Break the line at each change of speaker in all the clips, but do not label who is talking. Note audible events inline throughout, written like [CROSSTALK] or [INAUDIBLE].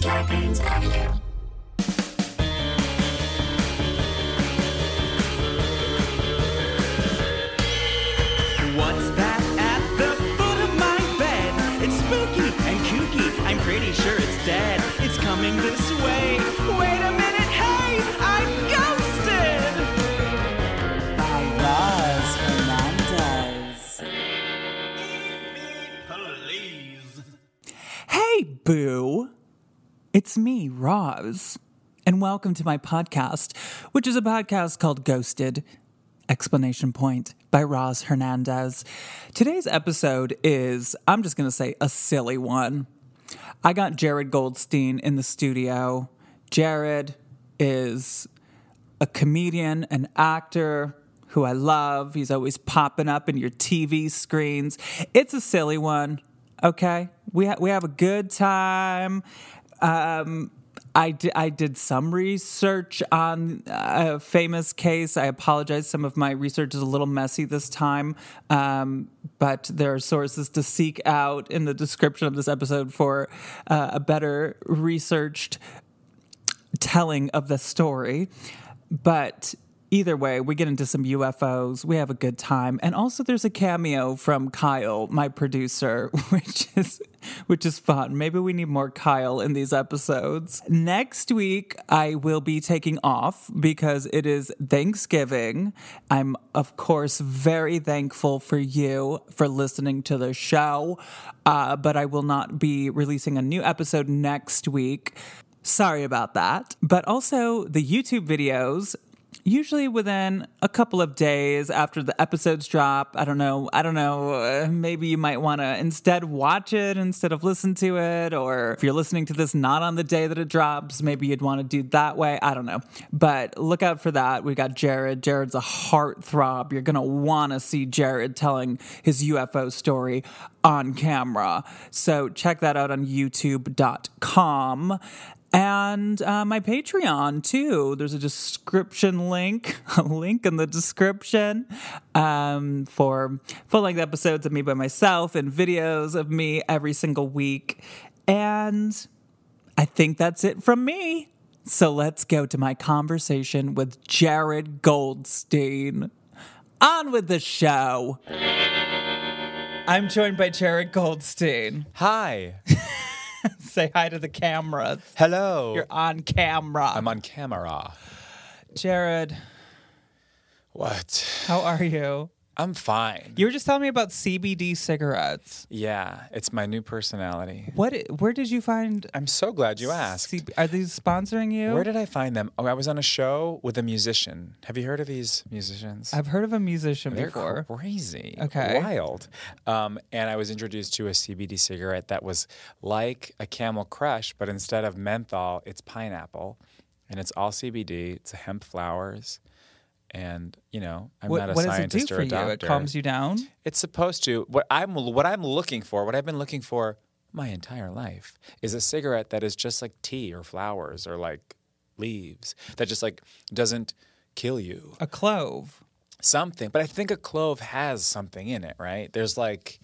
Scarpins Avenue.
What's that at the foot of my bed? It's spooky and kooky. I'm pretty sure it's dead. It's coming this way. Wait a minute, hey, I'm ghosted.
by Roz Fernandez.
Please.
Hey, Boo! It's me, Roz, and welcome to my podcast, which is a podcast called Ghosted! Explanation Point by Roz Hernandez. Today's episode is, I'm just going to say, a silly one. I got Jared Goldstein in the studio. Jared is a comedian, an actor who I love. He's always popping up in your TV screens. It's a silly one, okay? We, ha- we have a good time. Um, I, di- I did some research on uh, a famous case. I apologize. Some of my research is a little messy this time, um, but there are sources to seek out in the description of this episode for uh, a better researched telling of the story. But either way, we get into some UFOs. We have a good time. And also there's a cameo from Kyle, my producer, [LAUGHS] which is which is fun. Maybe we need more Kyle in these episodes. Next week I will be taking off because it is Thanksgiving. I'm of course very thankful for you for listening to the show. Uh, but I will not be releasing a new episode next week. Sorry about that. But also, the YouTube videos, usually within a couple of days after the episodes drop, I don't know, I don't know, uh, maybe you might want to instead watch it instead of listen to it. Or if you're listening to this not on the day that it drops, maybe you'd want to do that way. I don't know. But look out for that. We got Jared. Jared's a heartthrob. You're going to want to see Jared telling his UFO story on camera. So check that out on youtube.com and uh, my Patreon too. There's a description link, [LAUGHS] a link in the description um, for full length episodes of me by myself and videos of me every single week. And I think that's it from me. So let's go to my conversation with Jared Goldstein. On with the show. I'm joined by Jared Goldstein.
Hi.
Say hi to the cameras.
Hello.
You're on camera.
I'm on camera.
Jared,
What?
how are you?
I'm fine.
You were just telling me about CBD cigarettes.
yeah, it's my new personality.
What? i- Where did you find?
I'm so glad you asked.
CB are these sponsoring you?
Where did I find them? Oh, I was on a show with a musician. Have you heard of these musicians?
I've heard of a musician
They're
before.
crazy.
Okay.
Wild. Um, and I was introduced to a CBD cigarette that was like a Camel Crush, but instead of menthol, it's pineapple. And it's all CBD. It's hemp flowers. And, you know, I'm
What,
not a
what does it do
scientist
for
or a
you?
doctor.
It calms you down.
It's supposed to. What I'm what I'm looking for, what I've been looking for my entire life, is a cigarette that is just like tea or flowers or like leaves that just like doesn't kill you.
A clove.
Something, but I think a clove has something in it, right? There's like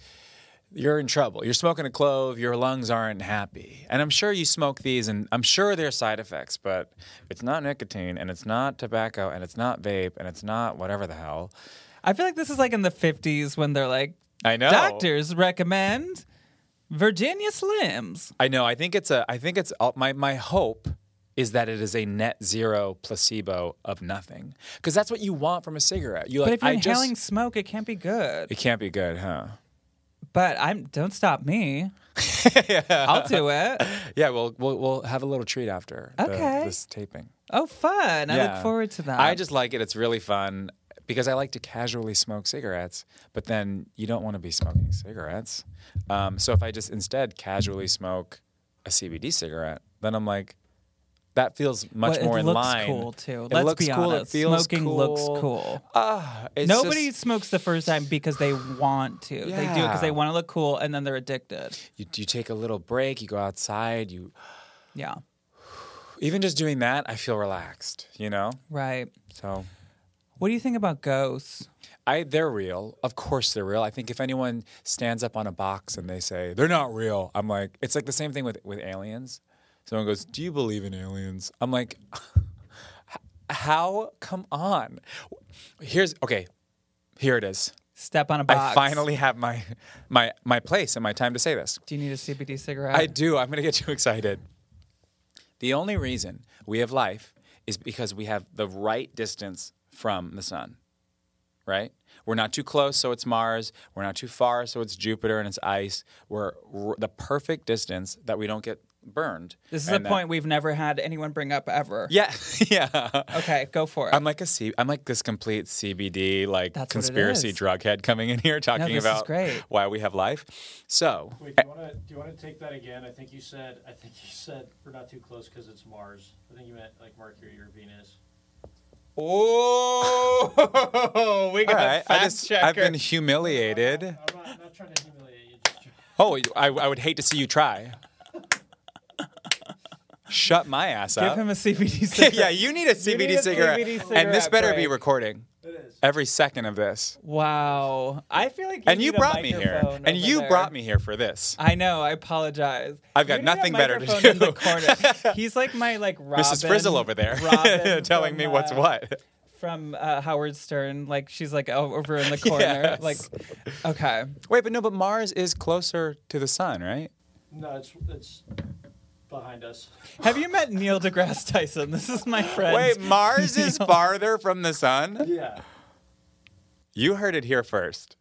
you're in trouble. You're smoking a clove, your lungs aren't happy. And I'm sure you smoke these and I'm sure there's side effects, but it's not nicotine and it's not tobacco and it's not vape and it's not whatever the hell.
I feel like this is like in the fifties when they're like,
I know.
doctors recommend Virginia Slims.
I know. I think it's a. I think it's all, my my hope is that it is a net zero placebo of nothing because that's what you want from a cigarette. You like.
But if you're
I
inhaling
just.
smoke, it can't be good.
It can't be good, huh?
But I'm. Don't stop
[LAUGHS]
me. I'll do it.
Yeah, we'll we'll, we'll have a little treat after the-
Okay.
this taping.
Oh, fun! I
Yeah.
look forward to that.
I just like it. It's really fun because I like to casually smoke cigarettes, but then you don't want to be smoking cigarettes. Um, so if I just instead casually smoke a CBD cigarette, then I'm like, that feels much
Well,
more
it
in
looks
line.
cool too.
It
Let's
looks
be
cool.
honest.
It feels
Smoking
cool.
looks cool.
Ah, it's
Nobody
just-
smokes the first time because they want to. They do it because
Yeah.
they want to look cool, and then they're addicted.
you, you take a little break. You go outside. You
Yeah,
even just doing that, I feel relaxed. You know.
right.
So
What do you think about ghosts?
I they're real. Of course they're real. I think if anyone stands up on a box and they say they're not real, I'm like it's like the same thing with with aliens. Someone goes, "Do you believe in aliens?" I'm like, [LAUGHS] "How? Come on." Here's okay. Here it is.
Step on a box.
I finally have my my my place and my time to say this.
Do you need a CBD cigarette?
I do. I'm going to get you excited. The only reason we have life is because we have the right distance from the sun, right? We're not too close, so it's Mars. We're not too far, so it's Jupiter and it's ice. We're r- the perfect distance that we don't get burned.
This is
and
a
that-
point we've never had anyone bring up ever.
[LAUGHS] Yeah, [LAUGHS] yeah.
Okay, go for it.
I'm like a C. I'm like this complete CBD like
That's what it
conspiracy
is.
drug head coming in here talking
this is
about
great.
why we have life. So
Wait, do you want to do you want to take that again? I think you said I think you said we're not too close because it's Mars. I think you meant like Mercury or Venus.
oh, [LAUGHS] we
All
got
right, I just, I've been humiliated.
I'm not, I'm not trying to humiliate you. Just
Oh,
trying
I, I would hate to see you try. Shut my ass
Give
up.
him a CBD cigarette.
[LAUGHS] yeah, you need a CBD
need a
cigarette,
CBD
and this
cigarette
better be
break.
recording
it is.
every second of this.
Wow. I feel like you
and you
need a
brought me here,
microphone over
and you
there. Uh,
brought me here for this.
I know. I apologize.
I've got
You need a
nothing better to
microphone in
do.
the
[LAUGHS]
corner. He's like my like Robin.
Mrs. Frizzle over there, [LAUGHS]
Robin
telling
from,
me what's
uh,
what.
from uh, Howard Stern. Like she's like o- over in the corner.
Yes.
Like, okay.
Wait, but no, but Mars is closer to the sun, right?
No, it's it's behind us.
Have you met Neil deGrasse Tyson? [LAUGHS] This is my friend. [LAUGHS]
Wait, Mars is farther from the sun.
Yeah.
You heard it here first,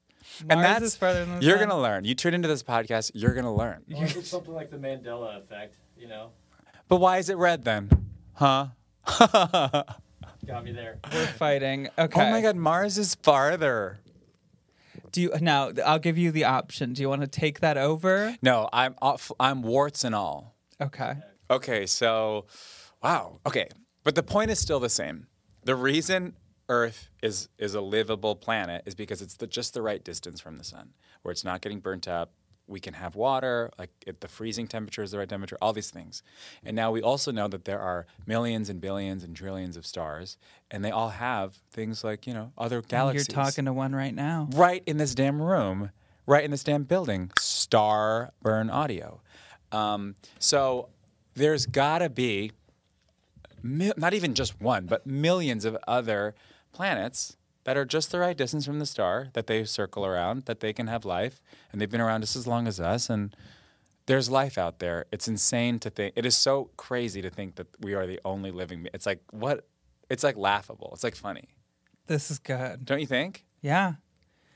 Mars
and that's
is farther than the
you're
sun?
gonna learn. You tune into this podcast, you're gonna learn.
Or is it something like the Mandela effect? You know,
[LAUGHS] But why is it red then? Huh? [LAUGHS] Oh
got me there.
We're fighting. Okay.
Oh my God, Mars is farther.
Do you now? I'll give you the option. Do you want to take that over?
No, I'm off, I'm warts and all.
Okay.
Okay, so, wow. Okay, but the point is still the same. The reason Earth is is a livable planet is because it's the, just the right distance from the sun, where it's not getting burnt up. We can have water, like it, the freezing temperature is the right temperature, all these things. And now we also know that there are millions and billions and trillions of stars, and they all have things like, you know, other galaxies.
You're talking to one right now.
right in this damn room, right in this damn building, Star Burn Audio. Um, so there's gotta be mi- not even just one, but millions of other planets that are just the right distance from the star that they circle around, that they can have life, and they've been around just as long as us. And there's life out there. It's insane to think. It is so crazy to think that we are the only living. It's like what? It's like laughable. It's like funny,
This is good.
don't you think?
Yeah.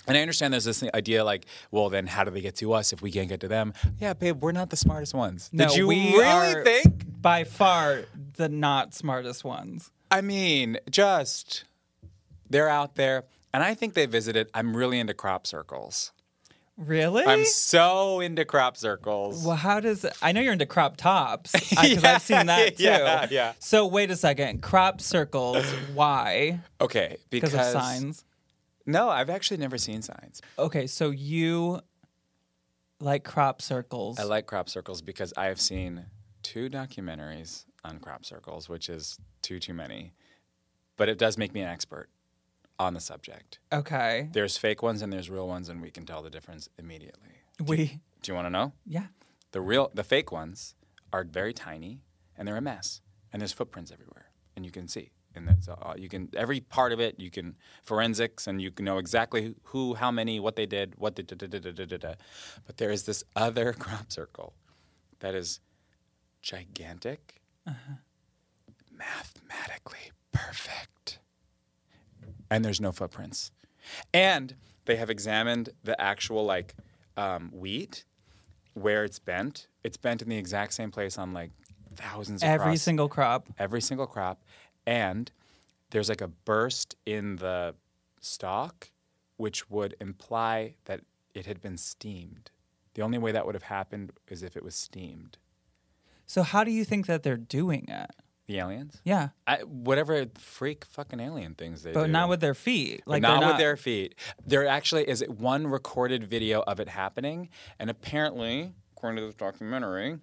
And I understand there's this idea like, well, then how do they get to us if we can't get to them? Yeah, babe, we're not the smartest ones.
No,
Did you
we
really
are
think?
by far the not smartest ones.
I mean, just they're out there. And I think they visited. I'm really into crop circles.
Really?
I'm so into crop circles.
well, how does I know you're into crop tops
[LAUGHS]
because I've seen that too.
yeah, yeah.
So wait a second, crop
[CLEARS THROAT]
circles. Why?
Okay, because
Because of signs.
No, I've actually never seen signs.
Okay, so you like crop circles.
I like crop circles because I have seen two documentaries on crop circles, which is too too many. But it does make me an expert on the subject.
okay,
There's fake ones and there's real ones, and we can tell the difference immediately.
we
Do you want to know?
yeah.
The real, the fake ones are very tiny and they're a mess, and there's footprints everywhere, and you can see, and that's all, you can every part of it. You can forensics, and you can know exactly who, how many, what they did, what did, da, da, da, da, da, da, da. But there is this other [LAUGHS] crop circle that is gigantic, mathematically perfect, and there's no footprints. And they have examined the actual like um, wheat where it's bent. It's bent in the exact same place on like thousands of
Every
crops-
single crop.
every single crop, and there's like a burst in the stalk, which would imply that it had been steamed. The only way that would have happened is if it was steamed.
So how do you think that they're doing it?
The aliens?
Yeah,
I, whatever freak fucking alien things they
but
do.
not with their feet. Like
not,
they're
with their feet. There actually is one recorded video of it happening, and apparently, according to this documentary,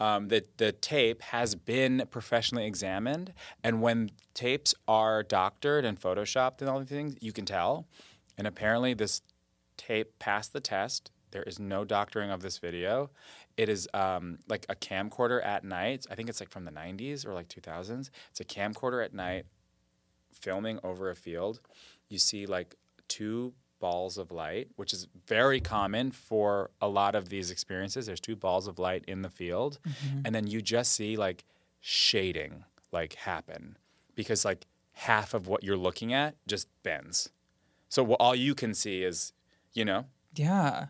um, the the tape has been professionally examined, and when tapes are doctored and photoshopped and all these things, you can tell. And apparently, this tape passed the test. There is no doctoring of this video. It is um, like a camcorder at night. I think it's like from the 90s or like 2000s. It's a camcorder at night filming over a field. You see like two balls of light, which is very common for a lot of these experiences. There's two balls of light in the field, and then you just see like shading like happen because like half of what you're looking at just bends. So wh- all you can see is, you know,
Yeah.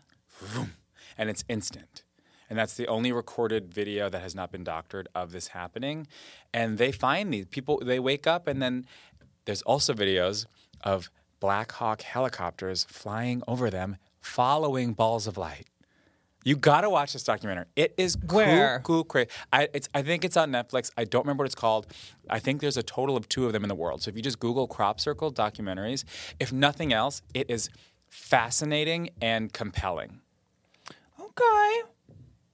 and it's instant. And that's the only recorded video that has not been doctored of this happening. And they find these people, they wake up, and then there's also videos of Black Hawk helicopters flying over them, following balls of light. You gotta watch this documentary. It is cool,
Where?
cool, crazy. I, it's, I think it's on Netflix. I don't remember what it's called. I think there's a total of two of them in the world. So if you just Google crop circle documentaries, if nothing else, it is fascinating and compelling.
Okay.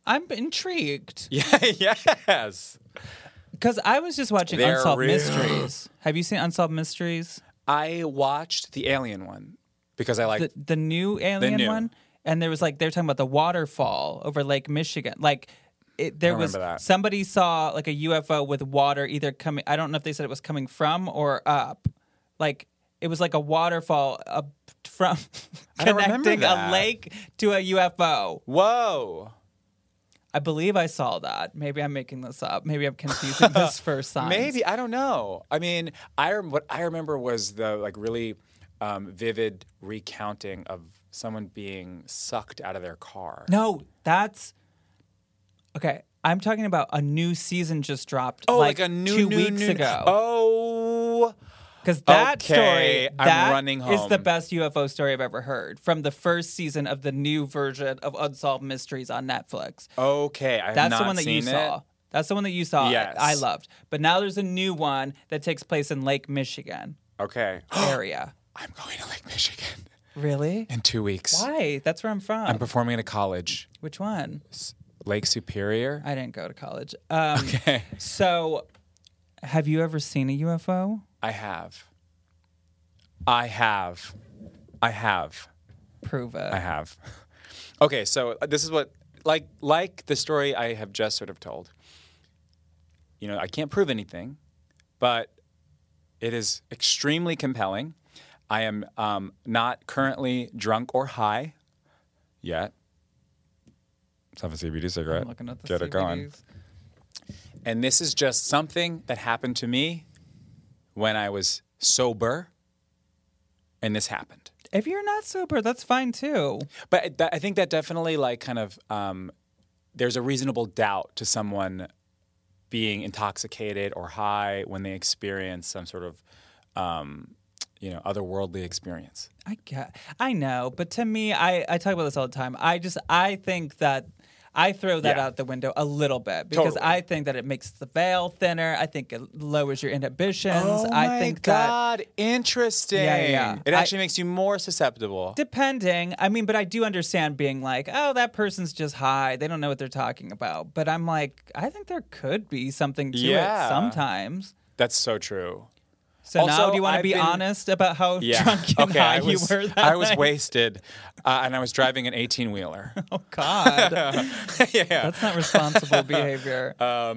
I'm intrigued
[LAUGHS] Yeah, yes.
because I was just watching
They're
Unsolved
real.
Mysteries. Have you seen Unsolved Mysteries?
I watched the Alien one because I like
The the new Alien
new.
one, and there was like they were talking about the waterfall over Lake Michigan. Like it, there
I
was
remember that.
somebody saw like a UFO with water either coming. I don't know if they said it was coming from or up. Like it was like a waterfall up from
[LAUGHS] I don't remember
connecting a
that.
lake to a UFO.
whoa.
I believe I saw that. Maybe I'm making this up. Maybe I'm
[LAUGHS]
confusing this for signs.
Maybe I don't know. I mean, I rem- what I remember was the like really um, vivid recounting of someone being sucked out of their car.
No, that's okay. I'm talking about a new season just dropped.
Oh, like,
like,
a new
two
new,
weeks
new-
ago.
Oh,
Because that
okay,
story,
I'm
that
running
is the
home.
best UFO story I've ever heard from the first season of the new version of Unsolved Mysteries on Netflix.
okay. I have
That's
not
the one that you
seen it.
saw. That's the one that you saw. I-
Yes.
I loved. But now there's a new one that takes place in Lake Michigan
[GASPS] Okay,
area.
I'm going to Lake Michigan
really?
in two weeks.
Why? That's where I'm from.
I'm performing at a college,
Which one?
Lake Superior.
I didn't go to college. Um, So, have you ever seen a UFO?
I have. I have. I have.
Prove it.
I have. [LAUGHS] Okay, so uh, this is what like like the story I have just sort of told. You know, I can't prove anything, but it is extremely compelling. I am um, not currently drunk or high yet. Let's have a CBD cigarette.
I'm looking at the
Get it going.
CVDs.
And this is just something that happened to me when I was sober, and this happened.
If you're not sober, that's fine too.
But I- that, I think that definitely, like, kind of, um, there's a reasonable doubt to someone being intoxicated or high when they experience some sort of, um, you know, otherworldly experience.
I get, I know, but to me, I I talk about this all the time. I just I think that. I throw that
Yeah.
out the window a little bit because
Totally.
I think that it makes the veil thinner. I think it lowers your inhibitions. I think that
Oh God, interesting.
Yeah, yeah, yeah.
It
I-
actually makes you more susceptible.
Depending. I mean, but I do understand being like, oh, that person's just high. They don't know what they're talking about. But I'm like, I think there could be something to it
Yeah.
sometimes.
That's so true.
So now,
Also,
do you want to
I've
be
been-
honest about how [LAUGHS]
Yeah.
drunk and
okay.
high
I was,
you were that
I was
night?
wasted, uh, and I was driving an
[LAUGHS]
18 wheeler.
Oh God,
yeah.
that's not
[LAUGHS]
responsible behavior.
Uh,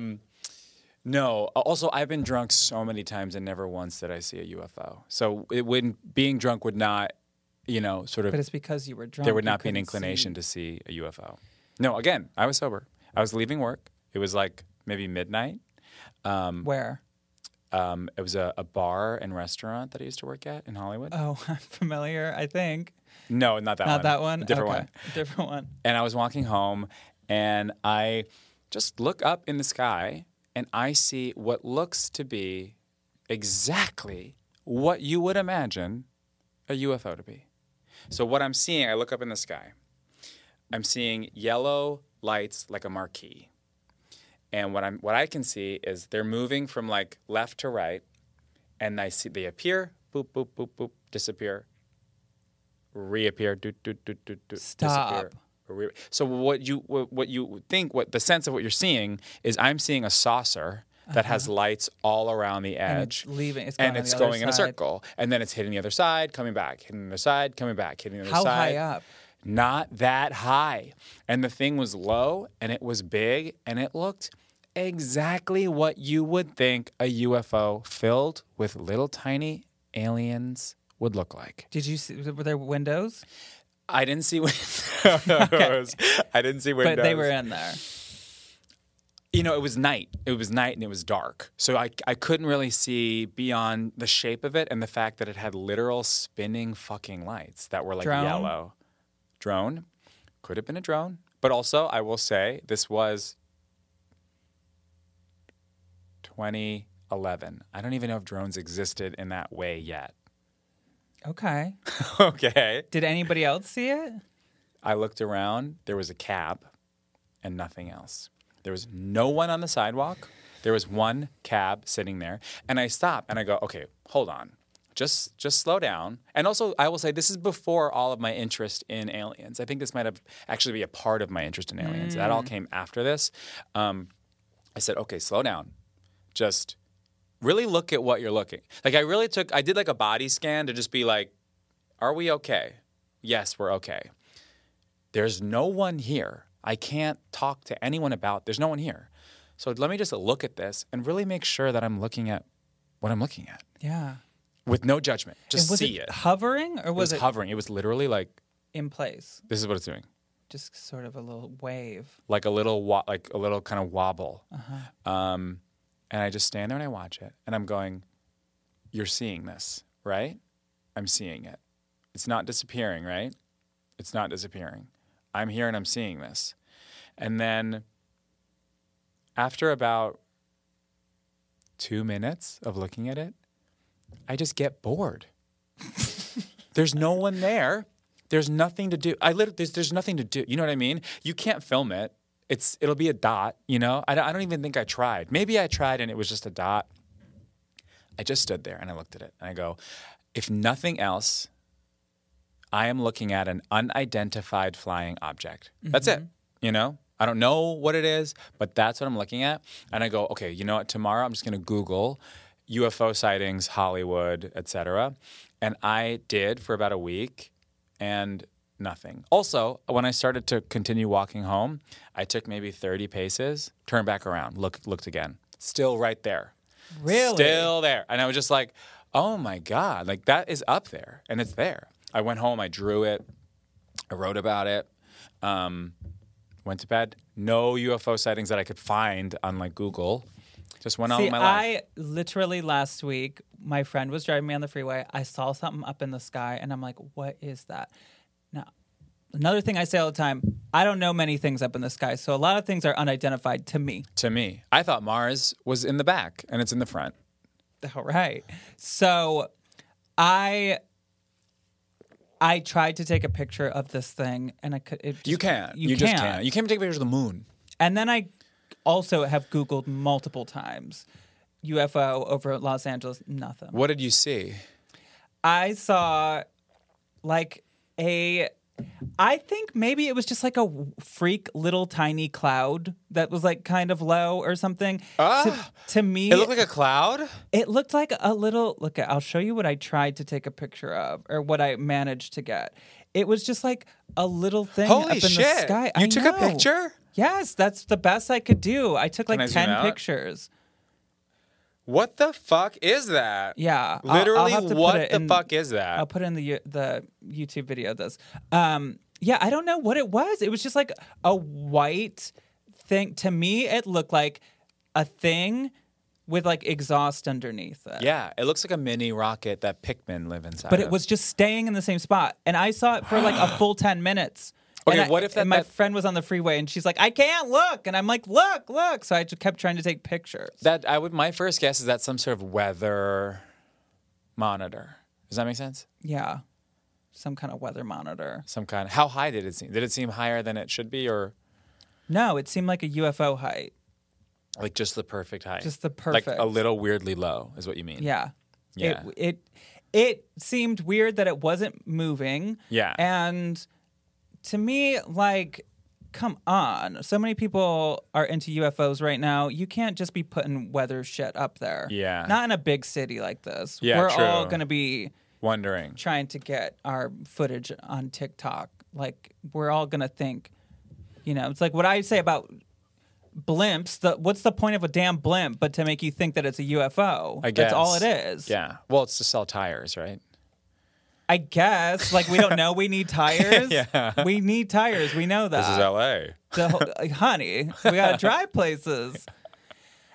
No. Also, I've been drunk so many times and never once did I see a UFO. So it wouldn't being drunk would not, you know, sort
but
of
it's because you were drunk.
there would
you
not be an
couldn't
inclination to see a UFO. No, again, I was sober. I was leaving work. It was like maybe midnight.
see. Where?
Um, it was a, a bar and restaurant that I used to work at in Hollywood.
Oh, [LAUGHS] I'm familiar. I think
no, not that
not
one.
that one.
Uh, Different
Okay.
one.
[LAUGHS] Different one.
and I was walking home and I just look up in the sky and I see what looks to be exactly what you would imagine a UFO to be. So what I'm seeing, I look up in the sky. I'm seeing yellow lights like a marquee. And what I'm what I can see is they're moving from like left to right and I see they appear, boop boop boop boop, disappear, reappear, do do do do do, disappear.
Stop.
re- So what you what what you think what the sense of what you're seeing is I'm seeing a saucer that has lights all around the edge,
Uh-huh. it's leaving- it's
and
going on
it's
the other
going in a
side.
circle, and then it's hitting the other side, coming back, hitting the other side, coming back, hitting the other
How
side.
high up?
not that high. And the thing was low and it was big and it looked exactly what you would think a UFO filled with little tiny aliens would look like.
Did you see? Were there windows?
I didn't see
[LAUGHS]
[LAUGHS] windows. I didn't see windows.
But they were in there.
you know, it was night. It was night and it was dark. So I, I couldn't really see beyond the shape of it and the fact that it had literal spinning fucking lights that were like
Drone?
yellow. Drone. Could have been a drone. But also, I will say this was 2011. I don't even know if drones existed in that way yet. [LAUGHS]
Okay.
okay.
Did anybody else see it?
I looked around. There was a cab and nothing else. There was no one on the sidewalk. There was one cab sitting there. And I stop and I go, okay, hold on. Just just slow down. And also I will say this is before all of my interest in aliens. I think this might have actually be a part of my interest in aliens. That all came after this. Um, I said, okay, slow down. Just really look at what you're looking. Like I really took I did like a body scan to just be like, are we okay? Yes, we're okay. There's no one here. I can't talk to anyone about. There's no one here. So let me just look at this and really make sure that I'm looking at what I'm looking at
Yeah.
with no judgment. Just
And was
see
it,
it.
hovering or
It was
was it,
hovering. It was literally like
in place?
this is what it's doing.
Just sort of a little wave.
Like a little wa- like a little kind of wobble. Um, and I just stand there and I watch it and I'm going you're seeing this, right? I'm seeing it. It's not disappearing, right? It's not disappearing. I'm here and I'm seeing this. And then after about two minutes of looking at it, I just get bored. there's no one there. There's nothing to do. I literally, there's, there's nothing to do. You know what I mean? You can't film it. It's, it'll be a dot, you know? I don't, I don't even think I tried. Maybe I tried and it was just a dot. I just stood there and I looked at it and I go, if nothing else, I am looking at an unidentified flying object. That's it. You know, I don't know what it is, but that's what I'm looking at. And I go, okay, you know what? Tomorrow I'm just going to Google UFO sightings, Hollywood, etc. And I did for about a week and nothing. Also, when I started to continue walking home, I took maybe 30 paces, turned back around, looked looked again. Still right there.
Really?
Still there. And I was just like, oh my God, like that is up there and it's there. I went home, I drew it, I wrote about it, um, went to bed. No UFO sightings that I could find on like Google. Just went on
See,
with my life.
I literally last week, my friend was driving me on the freeway. I saw something up in the sky, and I'm like, "What is that?" Now, another thing I say all the time: I don't know many things up in the sky, so a lot of things are unidentified to me. [LAUGHS]
to me, I thought Mars was in the back and it's in the front.
All right, so I I tried to take a picture of this thing, and I could. It just-
You can't.
You,
You,
can't.
just can't. You can't take pictures of the moon.
And then I also have Googled multiple times UFO over Los Angeles. Nothing.
What did you see?
I saw like a I think maybe it was just like a freak little tiny cloud that was like kind of low or something.
Ah!
to, to me,
It looked like a cloud.
it looked like a little. Look, I'll show you what I tried to take a picture of or what I managed to get. It was just like a little thing up
Holy
in
shit!
the sky.
You
I
took a
know.
picture.
Yes, that's the best I could do. I took like
I zoom
ten
out?
pictures.
What the fuck is that?
Yeah, I'll- I'll
Literally,
have to put
what
it
the
in-
fuck is that?
I'll put in the the YouTube video of this. Um, yeah, I don't know what it was. It was just like a white thing. To me, it looked like a thing with like exhaust underneath it.
yeah, it looks like a mini rocket that Pikmin live inside.
But it
of.
was just staying in the same spot, and I saw it for like
[GASPS]
a full ten minutes.
Okay,
And I-
what if that-
and my
that-
friend was on the freeway and she's like, "I can't look," and I'm like, "Look, look!" So I just kept trying to take pictures.
that. I would. My first guess is that's some sort of weather monitor. Does that make sense?
yeah, some kind of weather monitor.
Some kind. How high did it seem? Did it seem higher than it should be, or
No, it seemed like a UFO height.
like just the perfect height?
Just the
Like
perfect.
a little weirdly low is what you mean.
Yeah.
Yeah.
It, it it seemed weird that it wasn't moving.
Yeah.
And to me, like, come on. So many people are into UFOs right now. You can't just be putting weather shit up there.
Yeah.
Not in a big city like this.
Yeah,
We're all
true.
gonna be
Wondering.
trying to get our footage on TikTok Like we're all gonna think, you know, it's like what I say about blimps. The what's the point of a damn blimp but to make you think that it's a UFO?
I guess
That's all it is.
Yeah. Well, it's to sell tires, right?
I guess. Like we don't know we
[LAUGHS]
need tires.
Yeah.
We need tires. We know that.
This is L.A.
The whole- like, honey, we gotta drive places.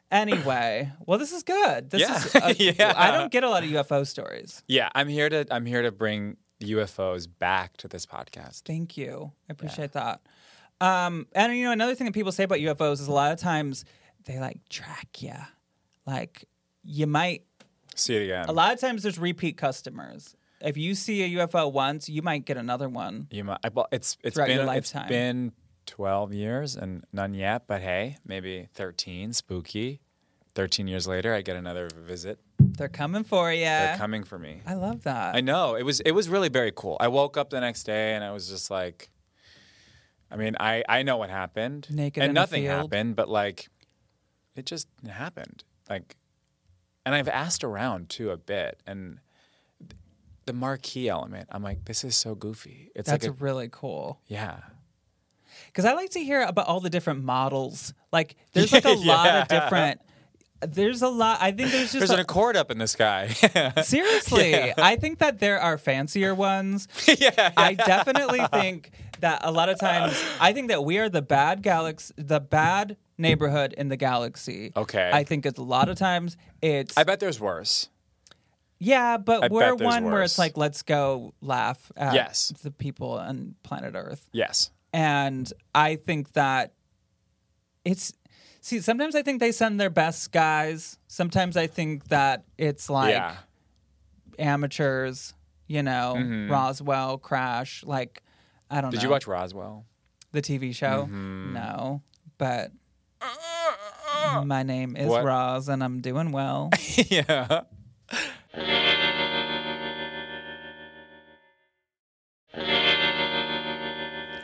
Anyway, well, this is good. This is
Yeah.
uh,
[LAUGHS] Yeah.
I don't get a lot of UFO stories.
Yeah, I'm here to I'm here to bring UFOs back to this podcast.
Thank you. I appreciate that. Um, and you know, another thing that people say about UFOs is a lot of times they like track you. Like you might.
See it again.
A lot of times there's repeat customers. If you see a UFO once, you might get another one.
You might. I- Well, it's it's
Throughout
been
your
it's
lifetime.
been twelve years and none yet. But hey, maybe thirteen. Spooky. Thirteen years later, I get another visit.
They're coming for you.
They're coming for me.
I love that.
I know it was it was really very cool. I woke up the next day and I was just like, I mean, I I know what happened,
Naked
and
in a
nothing
field.
happened, but like, it just happened. Like, and I've asked around too a bit, and the marquee element. I'm like, this is so goofy. It's
That's
like, a,
really cool.
yeah,
because I like to hear about all the different models. Like, there's
[LAUGHS]
like a lot of
Yeah.
different. There's a lot. I think
[LAUGHS]
there's just
there's an
like,
accord up in the sky. [LAUGHS]
[LAUGHS] seriously. I think that there are fancier
[LAUGHS]
ones. yeah, I definitely think that a lot of times I think that we are the bad galaxy, the bad neighborhood in the galaxy.
Okay.
I think it's a lot of times it's
I bet there's worse.
yeah, but
I
we're
bet there's
one where it's
worse.
like let's go laugh at
Yes.
the people on planet Earth.
Yes.
And I think that it's see, sometimes I think they send their best guys. Sometimes I think that it's like
yeah.
amateurs, you know, Roswell, Crash, like I don't know.
Mm-hmm. Did you watch Mm-hmm. Roswell?
the TV show? No.
[LAUGHS]
But my name is
What?
Roz and I'm doing
[LAUGHS]
well.
[LAUGHS] yeah.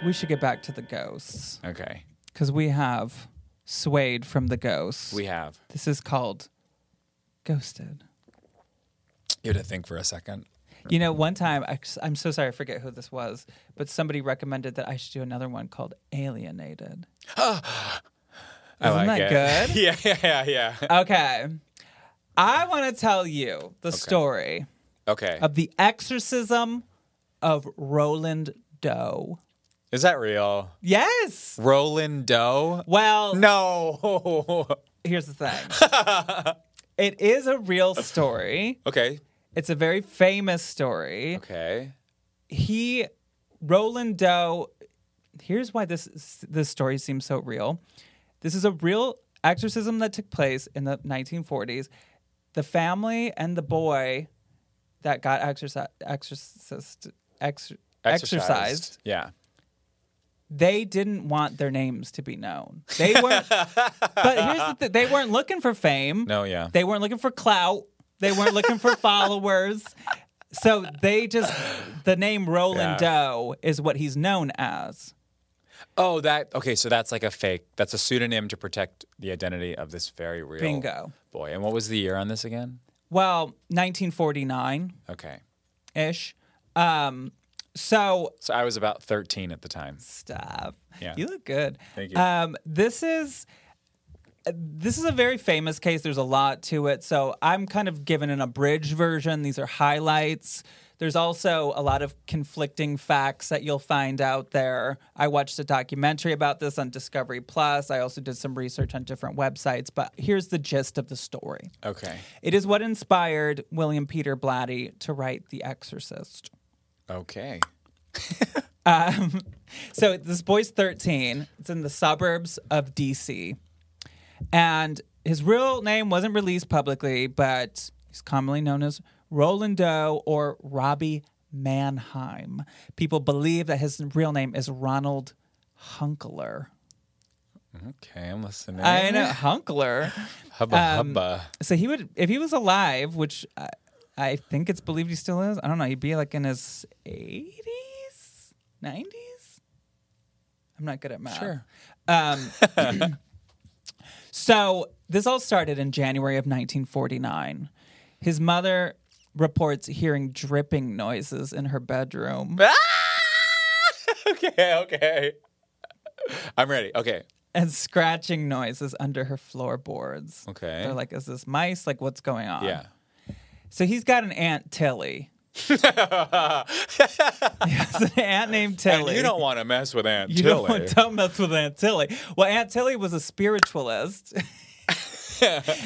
we should get back to the ghosts.
Okay.
Because we have swayed from the ghosts.
We have.
this is called Ghosted.
You had to think for a second.
You know, one time, I, am so sorry, I forget who this was, but somebody recommended that I should do another one called
[GASPS]
Alienated.
I
Isn't
Oh, like
that
it.
good?
[LAUGHS] yeah, yeah, yeah, yeah.
Okay. I want to tell you the story
Okay.
of the exorcism of Roland Doe.
Is that real?
Yes.
Roland Doe?
Well,
No. [LAUGHS]
here's the thing it is a real story,
okay.
it's a very famous story.
Okay.
he Roland Doe. Here's why this this story seems so real. This is a real exorcism that took place in the 1940s. The family and the boy that got exorcised, exorcist, exor- exorcised,
Yeah.
they didn't want their names to be known. They weren't. but here's the thing: they weren't looking for fame.
No, yeah.
They weren't looking for clout. They weren't looking for followers. So they just the name Roland
Yeah.
Doe is what he's known as.
Oh, that. Okay, so that's like a fake. That's a pseudonym to protect the identity of this very real
Bingo.
boy. And what was the year on this again?
Well, 1949
Okay.
ish. Um, so
So I was about 13 at the time.
stop.
Yeah.
You look good.
Thank you.
Um, this is this is a very famous case. There's a lot to it, so I'm kind of given an abridged version. These are highlights. There's also a lot of conflicting facts that you'll find out there. I watched a documentary about this on Discovery Plus. I also did some research on different websites, but here's the gist of the story.
Okay.
It is what inspired William Peter Blatty to write The Exorcist.
Okay.
So this boy's 13. It's in the suburbs of DC. And his real name wasn't released publicly, but he's commonly known as Roland Doe or Robbie Mannheim. People believe that his real name is Ronald Hunkler.
Okay, I'm listening.
I know, Hunkler.
Hubba hubba.
So he would, if he was alive, which I, I think it's believed he still is, I don't know, he'd be like in his 80s, 90s? I'm not good at math. Um,
Sure. [COUGHS]
So this all started in January of 1949. His mother
Ah!
reports hearing dripping noises in her bedroom.
[LAUGHS] okay. I'm ready. Okay.
and scratching noises under her floorboards.
Okay.
They're like, is this mice? Like, what's going on?
Yeah.
So he's got an aunt
[LAUGHS]
Tilly. he has an aunt named Tilly.
And you don't want to mess with [LAUGHS] Aunt
You
Tilly.
don't want- don't mess with Aunt Tilly. Well, Aunt Tilly was a
[LAUGHS]
spiritualist,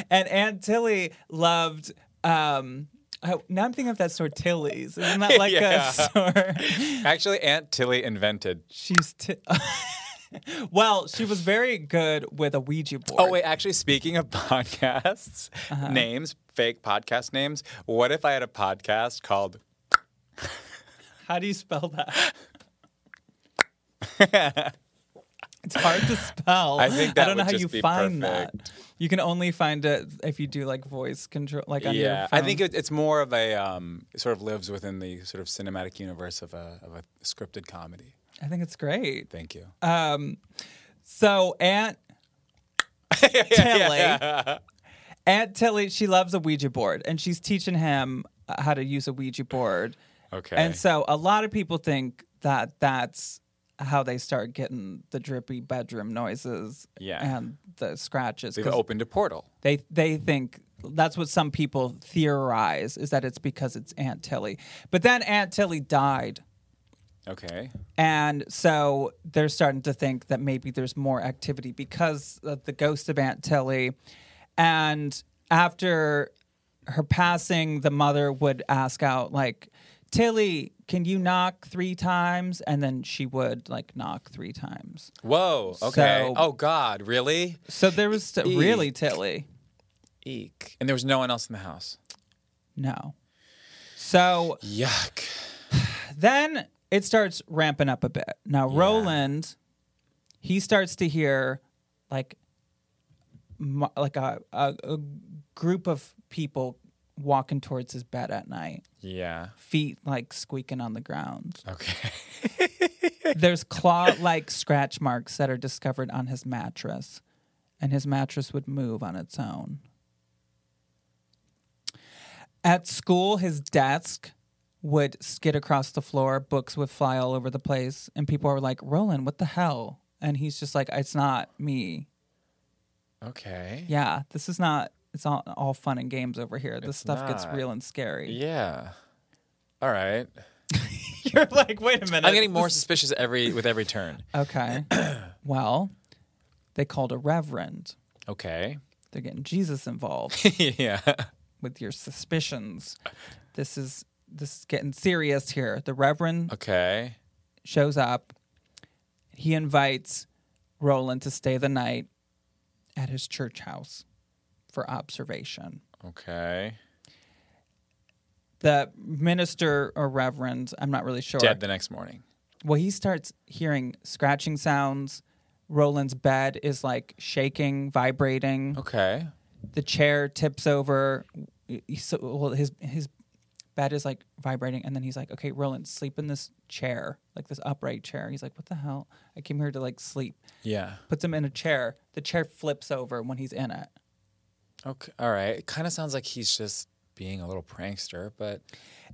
and Aunt Tilly loved. Um, oh, now I'm thinking of that store Tilly's. Isn't that like
Yeah.
a store? [LAUGHS]
Actually, Aunt Tilly invented.
She's t- [LAUGHS] well, she was very good with a Ouija board.
Oh wait, actually, speaking of [LAUGHS] podcasts, names, fake podcast names. What if I had a podcast called?
How do you spell
[LAUGHS]
that? it's hard to spell.
I think that
don't know
would
how
just
you
be
find that.
perfect.
You can only find it if you do like voice control, like on your
yeah,
phone.
I think it, it's more of a um, it sort of lives within the sort of cinematic universe of a of a scripted comedy.
I think it's great.
Thank you.
So
[LAUGHS]
Aunt Tilly, Aunt Tilly, she loves a Ouija board, and she's teaching him uh, how to use a Ouija board.
Okay.
And so a lot of people think that that's how they start getting the drippy bedroom noises
Yeah.
and the scratches.
They've
'cause
opened a portal.
They they think that's what some people theorize is that it's because it's Aunt Tilly. But then Aunt Tilly died.
Okay.
And so they're starting to think that maybe there's more activity because of the ghost of Aunt Tilly. And after her passing, the mother would ask out, like, Tilly, can you knock three times? And then she would like knock three times.
Whoa. Okay.
So-
oh God. Really?
So there was st-
Eek.
really Tilly.
Eek. And there was no one else in the house.
No. So
Yuck.
then it starts ramping up a bit. Now Roland, he starts to hear like mo- like a, a, a group of people walking towards his bed at night,
Yeah.
feet like squeaking on the ground.
Okay. [LAUGHS]
There's claw like [LAUGHS] scratch marks that are discovered on his mattress, and his mattress would move on its own. At school, his desk would skid across the floor, books would fly all over the place, and people are like, Roland, what the hell? And he's just like, It's not me.
Okay.
Yeah, this is not, it's all, all fun and games over here. This stuff gets
not.
real and scary.
Yeah. All right.
[LAUGHS] You're like, Wait a minute.
I'm getting more suspicious every with every turn. [CLEARS THROAT]
Okay. well, they called a reverend.
Okay.
they're getting Jesus involved
[LAUGHS] yeah.
with your suspicions. This is this is getting serious here. The Reverend
Okay.
shows up. He invites Roland to stay the night at his church house for observation.
Okay.
The minister or reverend, I'm not really sure.
Dead the next morning.
Well, he starts hearing scratching sounds. Roland's bed is like shaking, vibrating.
Okay.
the chair tips over. He- So, well, his his bed is like vibrating, and then he's like, "Okay, Roland, sleep in this chair, like this upright chair." He's like, "What the hell? I came here to like sleep."
Yeah.
Puts him in a chair. The chair flips over when he's in it.
Okay. All right. It kind of sounds like he's just being a little prankster, but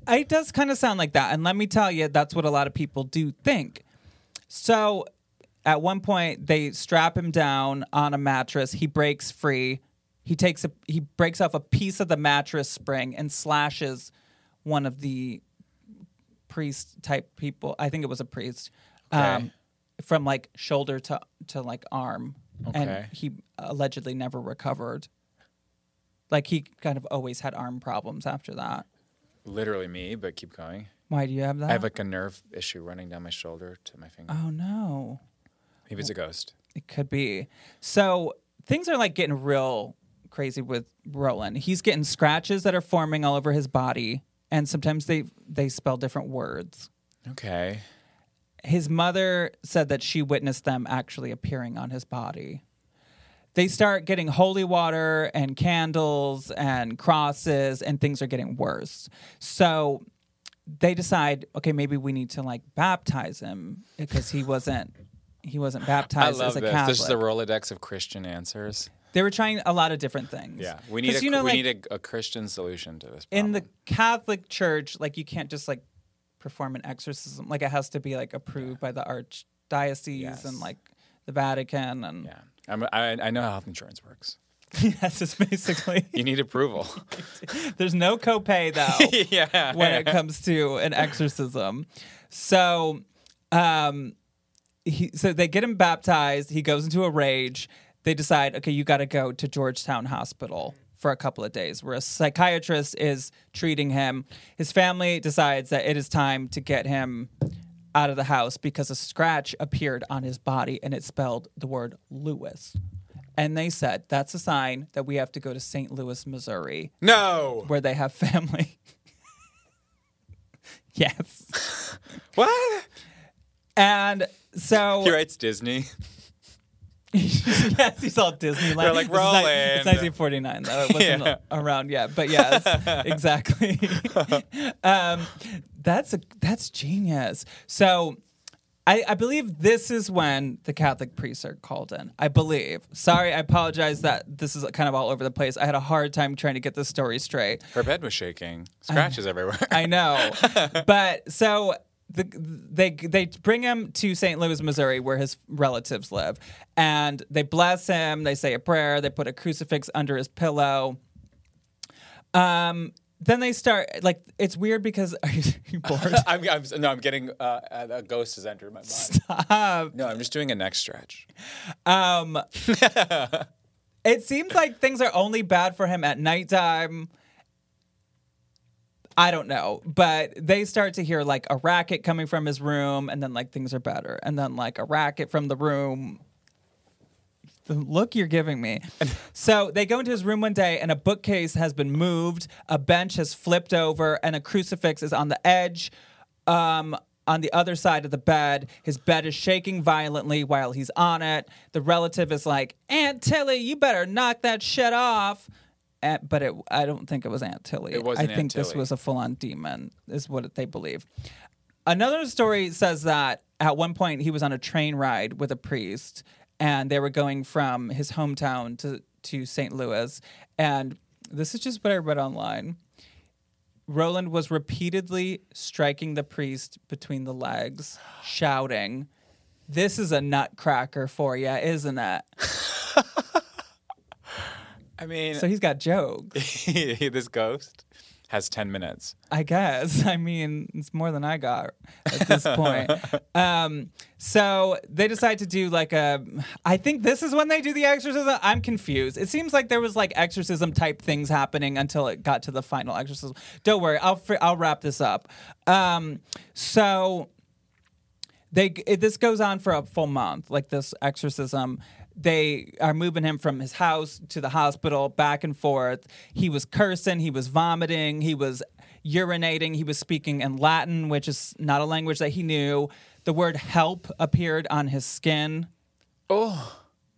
It does kind of sound like that, and let me tell you, that's what a lot of people do think. So, at one point, they strap him down on a mattress. He breaks free. He takes a he breaks off a piece of the mattress spring and slashes one of the priest type people. I think it was a priest. um,
Okay.
from like shoulder to to like arm,
Okay.
and he allegedly never recovered. Like he kind of always had arm problems after that.
literally me, but keep going.
Why do you have that?
I have like a nerve issue running down my shoulder to my finger.
oh no.
Maybe it's a ghost.
It could be. So things are like getting real crazy with Roland. He's getting scratches that are forming all over his body, and sometimes they they spell different words.
Okay.
His mother said that she witnessed them actually appearing on his body. They start getting holy water and candles and crosses, and things are getting worse. So they decide, okay, maybe we need to like baptize him because he wasn't he wasn't
[LAUGHS] I
baptized
love
as a
this.
Catholic.
This is the Rolodex of Christian answers.
They were trying a lot of different things.
Yeah, we need
'Cause,
a,
you know,
we
like
need a, a Christian solution to this. Problem.
in the Catholic Church, like you can't just like perform an exorcism. Like it has to be like approved by the archdiocese and
Yes.
like the Vatican and
Yeah. I'm, I, I know how health insurance works.
[LAUGHS] yes, it's basically
You
[LAUGHS]
need approval.
there's no copay though
yeah.
when it comes to an exorcism. So um he so they get him baptized, he goes into a rage. They decide, okay, you got to go to Georgetown Hospital for a couple of days where a psychiatrist is treating him. His family decides that it is time to get him out of the house because a scratch appeared on his body and it spelled the word Lewis. And they said, that's a sign that we have to go to St. Louis, Missouri
No.
where they have family. [LAUGHS] yes.
What?
And so [LAUGHS]
He writes Disney.
yes, he's all Disneyland.
They're like,
This is ni- It's 1949
"Roland."
though. It wasn't
Yeah.
around yet, but [LAUGHS] yes, exactly. [LAUGHS] um, that's a that's genius. So. I, I believe this is when the Catholic priests are called in. I believe. Sorry, I apologize that this is kind of all over the place. I had a hard time trying to get this story straight.
Her bed was shaking. Scratches everywhere.
I know. but so the, they they bring him to St. Louis, Missouri, where his relatives live, and they bless him. They say a prayer. They put a crucifix under his pillow. Um. Then they start like it's weird because [LAUGHS] are you, are you bored?
[LAUGHS] I'm, I'm, no, I'm getting uh, uh, a ghost has entered my mind. Stop. No, I'm just doing a neck stretch.
it seems like things are only bad for him at nighttime. I don't know, but they start to hear like a racket coming from his room, and then like things are better, and then like a racket from the room. The look you're giving
[LAUGHS]
me. So they go into his room one day, and a bookcase has been moved, a bench has flipped over, and a crucifix is on the edge. Um, on the other side of the bed, his bed is shaking violently while he's on it. The relative is like, "Aunt Tilly, you better knock that shit off." Uh, but it, I don't think it was Aunt Tilly.
It wasn't
I
Aunt
think this
Tilly.
was a full-on demon, is what they believe. Another story says that at one point he was on a train ride with a priest, and they were going from his hometown to to St. Louis. And this is just what I read online. Roland was repeatedly striking the priest between the legs, shouting, "This is a nutcracker for you, isn't it?"
I mean,
So he's got jokes,
[LAUGHS] this ghost has 10 minutes.
I guess. [LAUGHS] I mean, it's more than I got at this point. Um, so they decide to do like a. I think this is when they do the exorcism. I'm confused. It seems like there was like exorcism type things happening until it got to the final exorcism. Don't worry, I'll fr- I'll wrap this up. Um, so. they it, this goes on for a full month like this exorcism they are moving him from his house to the hospital back and forth he was cursing he was vomiting he was urinating he was speaking in latin which is not a language that he knew the word help appeared on his skin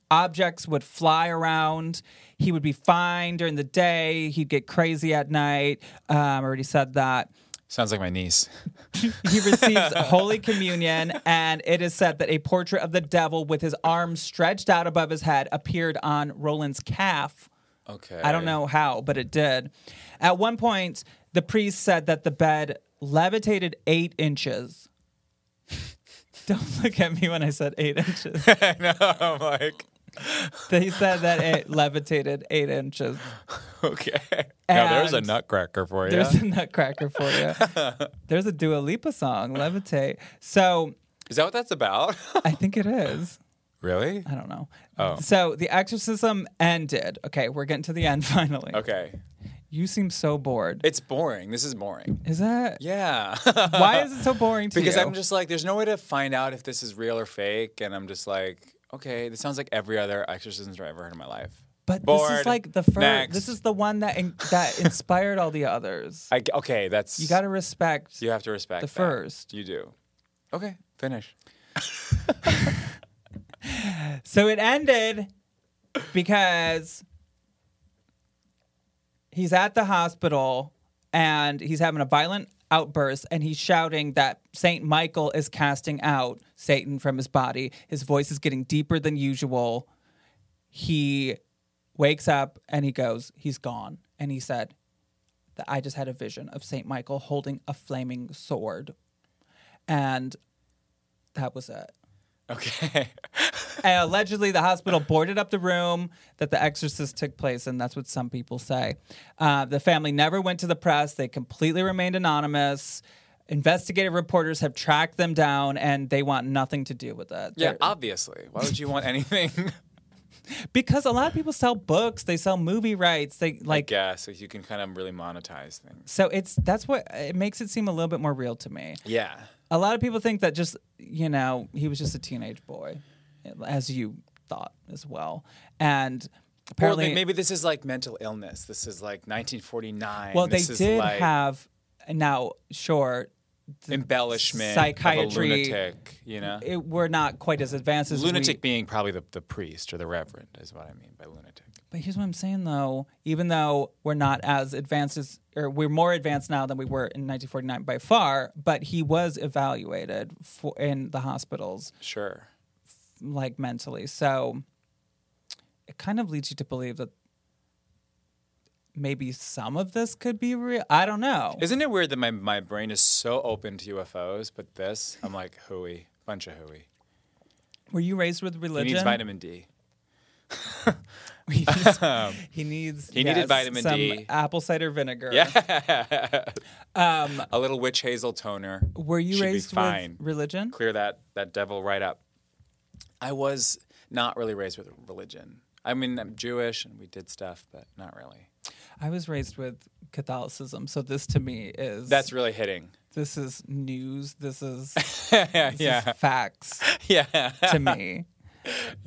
objects would fly around. He would be fine during the day. He'd get crazy at night. Um, I already said that
Sounds like my niece.
he receives Holy Communion, and it is said that a portrait of the devil with his arms stretched out above his head appeared on Roland's calf.
Okay.
I don't know how, but it did. At one point, the priest said that the bed levitated eight inches. [LAUGHS] Don't look at me when I said eight inches.
No, [LAUGHS] I'm like,
They said that it levitated eight inches.
okay. Now there's a
And
nutcracker for you.
There's a nutcracker for you. There's a Dua Lipa song, Levitate. So
Is that what that's about? [LAUGHS]
I think it is.
really?
I don't know.
Oh.
So the exorcism ended. Okay, we're getting to the end [LAUGHS] finally.
Okay.
You seem so bored.
It's boring. This is boring.
Is that
Yeah.
why
[LAUGHS]
is it so boring to
because
you?
I'm just like, there's no way to find out if this is real or fake. And I'm just like, okay, this sounds like every other exorcism I've ever heard in my life.
but this
bored.
is like the first.
Next.
This is the one that in, that inspired all the others.
I, okay, that's.
You got to respect.
You have to respect
The
that.
first.
You do. Okay, finish. [LAUGHS]
So it ended because he's at the hospital and he's having a violent outburst and he's shouting that Saint Michael is casting out Satan from his body. His voice is getting deeper than usual. He wakes up and he goes, he's gone. And he said that I just had a vision of Saint Michael holding a flaming sword and that was it. [LAUGHS]
Okay.
And allegedly, the hospital boarded up the room that the exorcist took place, and that's what some people say. Uh, the family never went to the press, they completely remained anonymous. Investigative reporters have tracked them down and they want nothing to do with it.
yeah,
They're-
obviously. Why would you
[LAUGHS]
want anything?
Because a lot of people sell books, they sell movie rights, they
I
like
guess so you can kind of really monetize things.
so it's that's what it makes it seem a little bit more real to me.
Yeah.
A lot of people think that just you know he was just a teenage boy, as you thought as well, and
Well,
apparently
then maybe this is like mental illness. This is like 1949.
well they
this is
did
like
have now sure
embellishment, of a
psychiatry-
lunatic. You know,
it, we're not quite as advanced as we-
lunatic being probably the, the priest or the reverend is what I mean by lunatic.
but here's what I'm saying though, even though we're not as advanced as or we're more advanced now than we were in 1949 by far, but he was evaluated for in the hospitals
Sure.
like mentally. So it kind of leads you to believe that maybe some of this could be real. I don't know.
Isn't it weird that my, my brain is so open to UFOs, but this I'm like hooey, bunch of hooey.
Were you raised with
He
religion?
needs vitamin D.
[LAUGHS] He needs. he needs
Um, He needed
yes,
vitamin
some
D.
Apple cider vinegar.
A little witch hazel toner.
[LAUGHS] Were you
Should be
raised
fine.
with religion?
Clear that that devil right up. I was not really raised with religion. I mean, I'm Jewish and we did stuff, but not really.
I was raised with Catholicism, so this to me is
That's
[LAUGHS]
really hitting.
this is news. This is, this
[LAUGHS] yeah.
is facts
Yeah.
to me.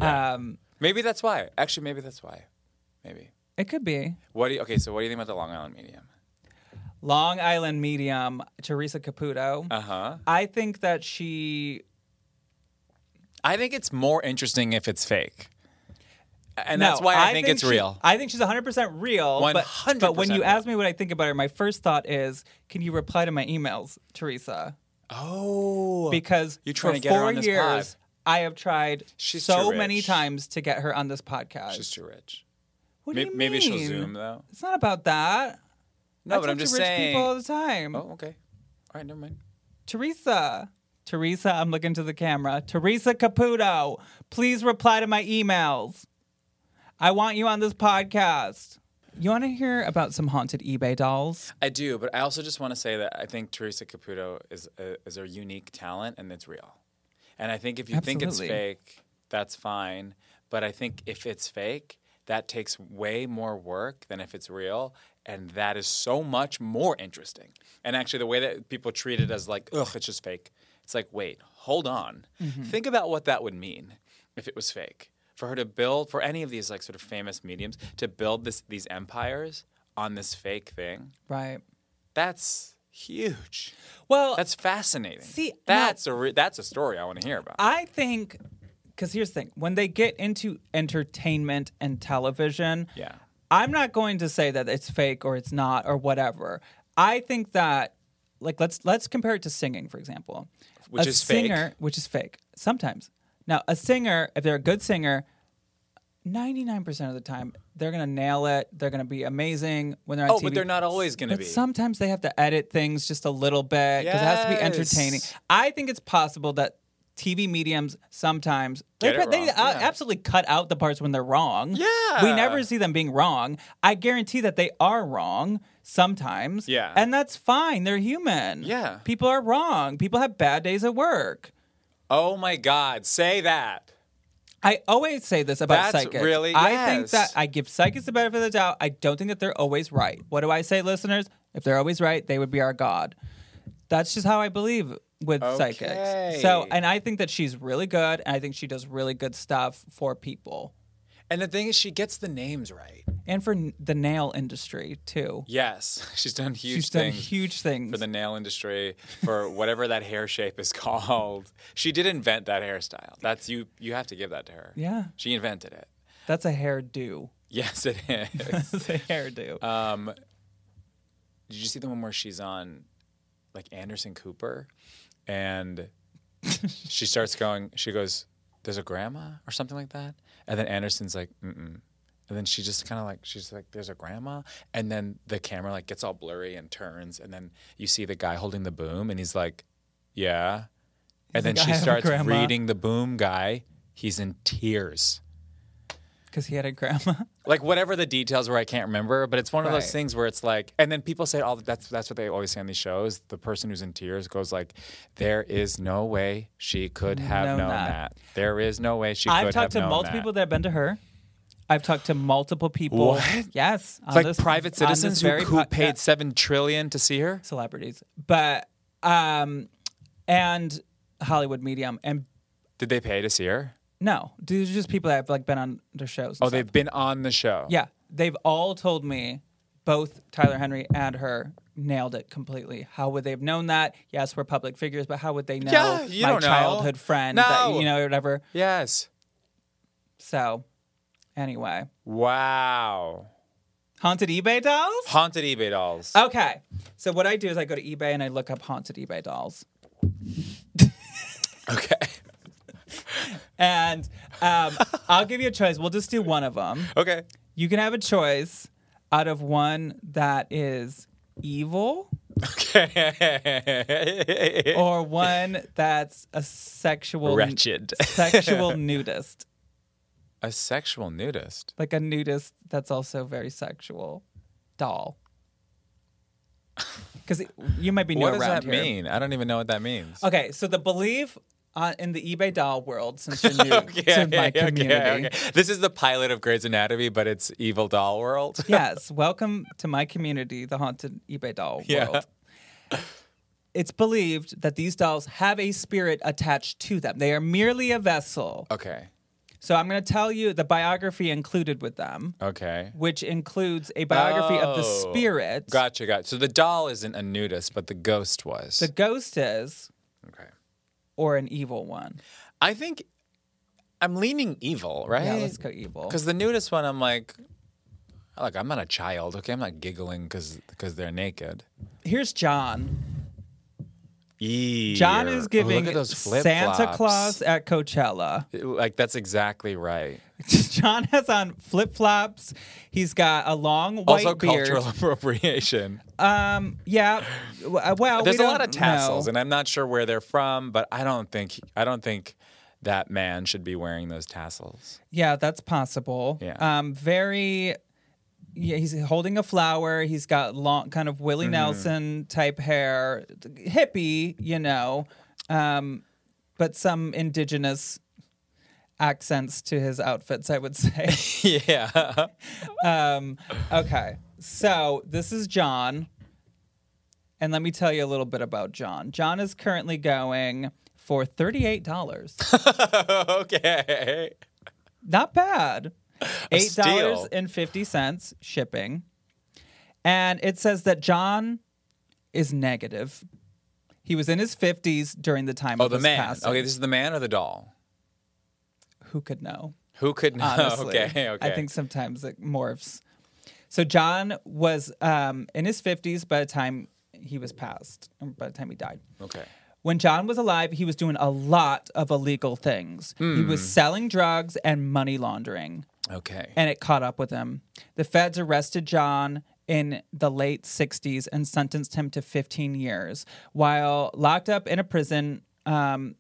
Um,
Maybe that's why. Actually, maybe that's why. Maybe.
it could be
What do you, okay, so what do you think about the Long Island medium?
Long Island medium Teresa Caputo.
Uh huh.
I think that she
I think it's more interesting if it's fake. And
No,
that's why I, think, it's
she-
real.
I think she's 100% real. but- But, when
100%
you
real.
ask me what I think about her, my first thought is, can you reply to my emails, Teresa?
oh.
Because
You're trying
for
to get her
four
on this
years,
pod.
I have tried
She's
so
too
many
rich.
times to get her on this podcast.
She's too rich.
What
May-
do you mean?
maybe she'll Zoom, though.
It's not about that.
No,
I
but
talk
I'm
to
just
rich
saying.
people all the time.
Oh, okay. All right, never mind.
Teresa. Teresa, I'm looking to the camera. Teresa Caputo, please reply to my emails. I want you on this podcast. You want to hear about some haunted eBay dolls?
I do, but I also just want to say that I think Teresa Caputo is a, is a unique talent and it's real. And I think if you think it's
Absolutely.
fake, that's fine. But I think if it's fake, that takes way more work than if it's real. And that is so much more interesting. And actually, the way that people treat it as like, ugh, it's just fake. It's like, wait, hold on. Think about what that would mean if it was fake. For her to build, for any of these like sort of famous mediums, to build this, these empires on this fake thing.
Right.
That's huge.
Well,
That's fascinating.
See, now-
that's a re- that's a story I want to hear about.
I think, because here's the thing when they get into entertainment and television,
yeah,
I'm not going to say that it's fake or it's not or whatever. I think that like let's let's compare it to singing, for example.
Which
a
is fake.
singer, which is fake sometimes. Now, a singer, if they're a good singer, 99% of the time they're going to nail it. They're going to be amazing when they're on
Oh,
TV.
but they're not always gonna
But
be.
sometimes they have to edit things just a little bit because it has to be entertaining.
Yes.
I think it's possible that TV mediums sometimes
Get
they,
it
they
wrong.
uh,
Yeah.
absolutely cut out the parts when they're wrong.
Yeah.
We never see them being wrong. I guarantee that they are wrong sometimes.
Yeah.
And that's fine. They're human.
Yeah.
People are wrong. People have bad days at work.
Oh my God, say that.
I always say this about
That's
psychics.
really-
I think
yes.
that I give psychics the benefit of the doubt. I don't think that they're always right. What do I say, listeners? If they're always right, they would be our god. That's just how I believe with psychics. So,
Okay.
and I think that she's really good, and I think she does really good stuff for people
And the thing is, she gets the names right.
and for n- the nail industry too.
Yes, [LAUGHS] she's done huge
She's done
things
huge things.
for the nail industry, for whatever that hair shape is [LAUGHS] called. She did invent that hairstyle. That's you. You have to give that to her.
Yeah.
she invented it.
That's a hairdo. [LAUGHS]
Yes, it is.
That's a hairdo.
Uh, Did you see the one where she's on like Anderson Cooper and she starts going, she goes, there's a grandma or something like that. And then Anderson's like, mm-mm. And then she just kind of like, she's like, there's a grandma. And then the camera like gets all blurry and turns. And then you see the guy holding the boom and he's like, yeah. And then
like, "I
she
have a
starts
grandma."
reading the boom guy. He's in tears.
because he had a grandma.
Like whatever the details were, I can't remember. But it's one of
Right.
those things where it's like, and then people say, "Oh, that's that's what they always say on these shows." The person who's in tears goes like, "There is no way she could have
Known
known
that.
that. There is no way she
I've
could
talked
have
to
known
multiple
that."
people that have been to her. I've talked to multiple people.
What?
Yes, on
It's like
this-
private
on this
citizens who,
very
who
po-
paid seven trillion to see her.
celebrities, but um, and Hollywood medium, and
Did they pay to see her?
no, these are just people that have like been on their shows. and
Oh,
stuff.
they've been on the show.
yeah, they've all told me both Tyler Henry and her nailed it completely. How would they have known that? Yes, we're public figures, but how would they know
Yeah, you
my
don't know.
childhood friend, that,
No.
you know, or whatever?
Yes.
So, anyway,
Wow.
haunted eBay dolls.
Haunted eBay dolls.
Okay. So what I do is I go to eBay and I look up haunted eBay dolls.
Okay.
And
[LAUGHS]
um, I'll give you a choice. We'll just do one of them.
Okay. [LAUGHS]
You can have a choice out of one that is evil
Okay. [LAUGHS]
or one that's a sexual [LAUGHS]
Wretched. [LAUGHS]
sexual nudist.
a sexual nudist.
Like a nudist that's also very sexual doll. Cuz you might be new
what does
around
that
here. Uh,
mean? I don't even know what that means.
Okay, so the belief uh, in the eBay doll world, since
[LAUGHS]
you're new to my
Okay,
community,
okay. This is the pilot of Grey's Anatomy, but it's Evil
[LAUGHS]
Doll World.
yes, welcome to my community, the haunted eBay doll
Yeah.
world. It's believed that these dolls have a spirit attached to them. They are merely a vessel.
Okay.
So I'm going to tell you the biography included with them,
Okay.
which includes a biography of the
Oh.
spirit.
Gotcha, gotcha. So the doll isn't a nudist, but the ghost was.
The ghost is,
okay.
or an evil one.
I think I'm leaning evil, right?
Yeah, let's go evil.
Because the nudist one, I'm like, look, I'm not a child, okay? I'm not giggling because they're naked.
Here's John.
Eee.
John is giving
Oh, look at those
Santa
flip-flops.
Claus at Coachella. [LAUGHS]
Like that's exactly right.
John has on flip flops. He's got a long white
also,
beard.
cultural [LAUGHS] appropriation.
Yeah. w- uh, Well, we
There's a lot
don't
of tassels,
know.
and I'm not sure where they're from, but I don't think I don't think that man should be wearing those
[LAUGHS]
tassels.
Yeah, that's possible.
Yeah.
Um, very. Yeah, he's holding a flower. He's got long, kind of
Mm-hmm.
Willie Nelson type hair, hippie, you know, um, but some indigenous accents to his outfits, I would say.
[LAUGHS] yeah.
Okay. So this is John. And let me tell you a little bit about John. John is currently going for $38.
okay.
Not bad.
steal.
$8.50 shipping. And it says that John is negative. He was in his 50s during the time
Oh,
of
the
his
man.
passing.
Okay, this is the man or the doll.
Who could know?
Who could know?
honestly.
[LAUGHS] okay, okay.
I think sometimes it morphs. So John was um, in his 50s by the time he was passed, or by the time he died.
Okay.
When John was alive, he was doing a lot of illegal things. He
Hmm.
was selling drugs and money laundering,
Okay.
and it caught up with him. The feds arrested John in the late 60s and sentenced him to 15 years. While locked up in a prison, um,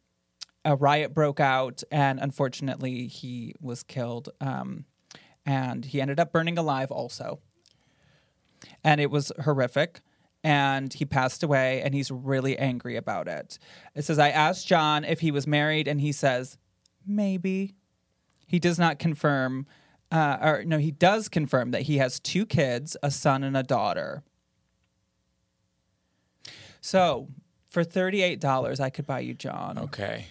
a riot broke out, and unfortunately, he was killed. Um, and he ended up burning alive also. And it was horrific. And he passed away, and he's really angry about it. It says, I asked John if he was married, and he says, maybe. He does not confirm, uh, or no, he does confirm that he has two kids a son and a daughter. So for $38, I could buy you John.
okay.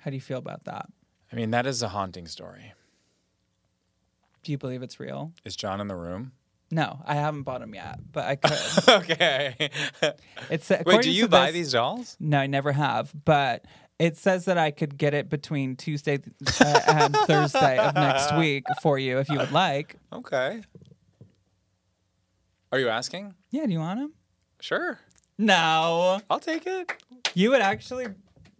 How do you feel about that?
I mean, that is a haunting story.
Do you believe it's real?
Is John in the room? [LAUGHS]
No, I haven't bought them yet, but I could.
okay.
It's
[LAUGHS] Wait,
according
do
to
you buy
this-
these dolls?
No, I never have, but it says that I could get it between Tuesday uh, and Thursday of
[LAUGHS]
next week for you if you would like.
Okay. Are you asking?
Yeah, do you want them?
Sure.
No.
I'll take it.
You would actually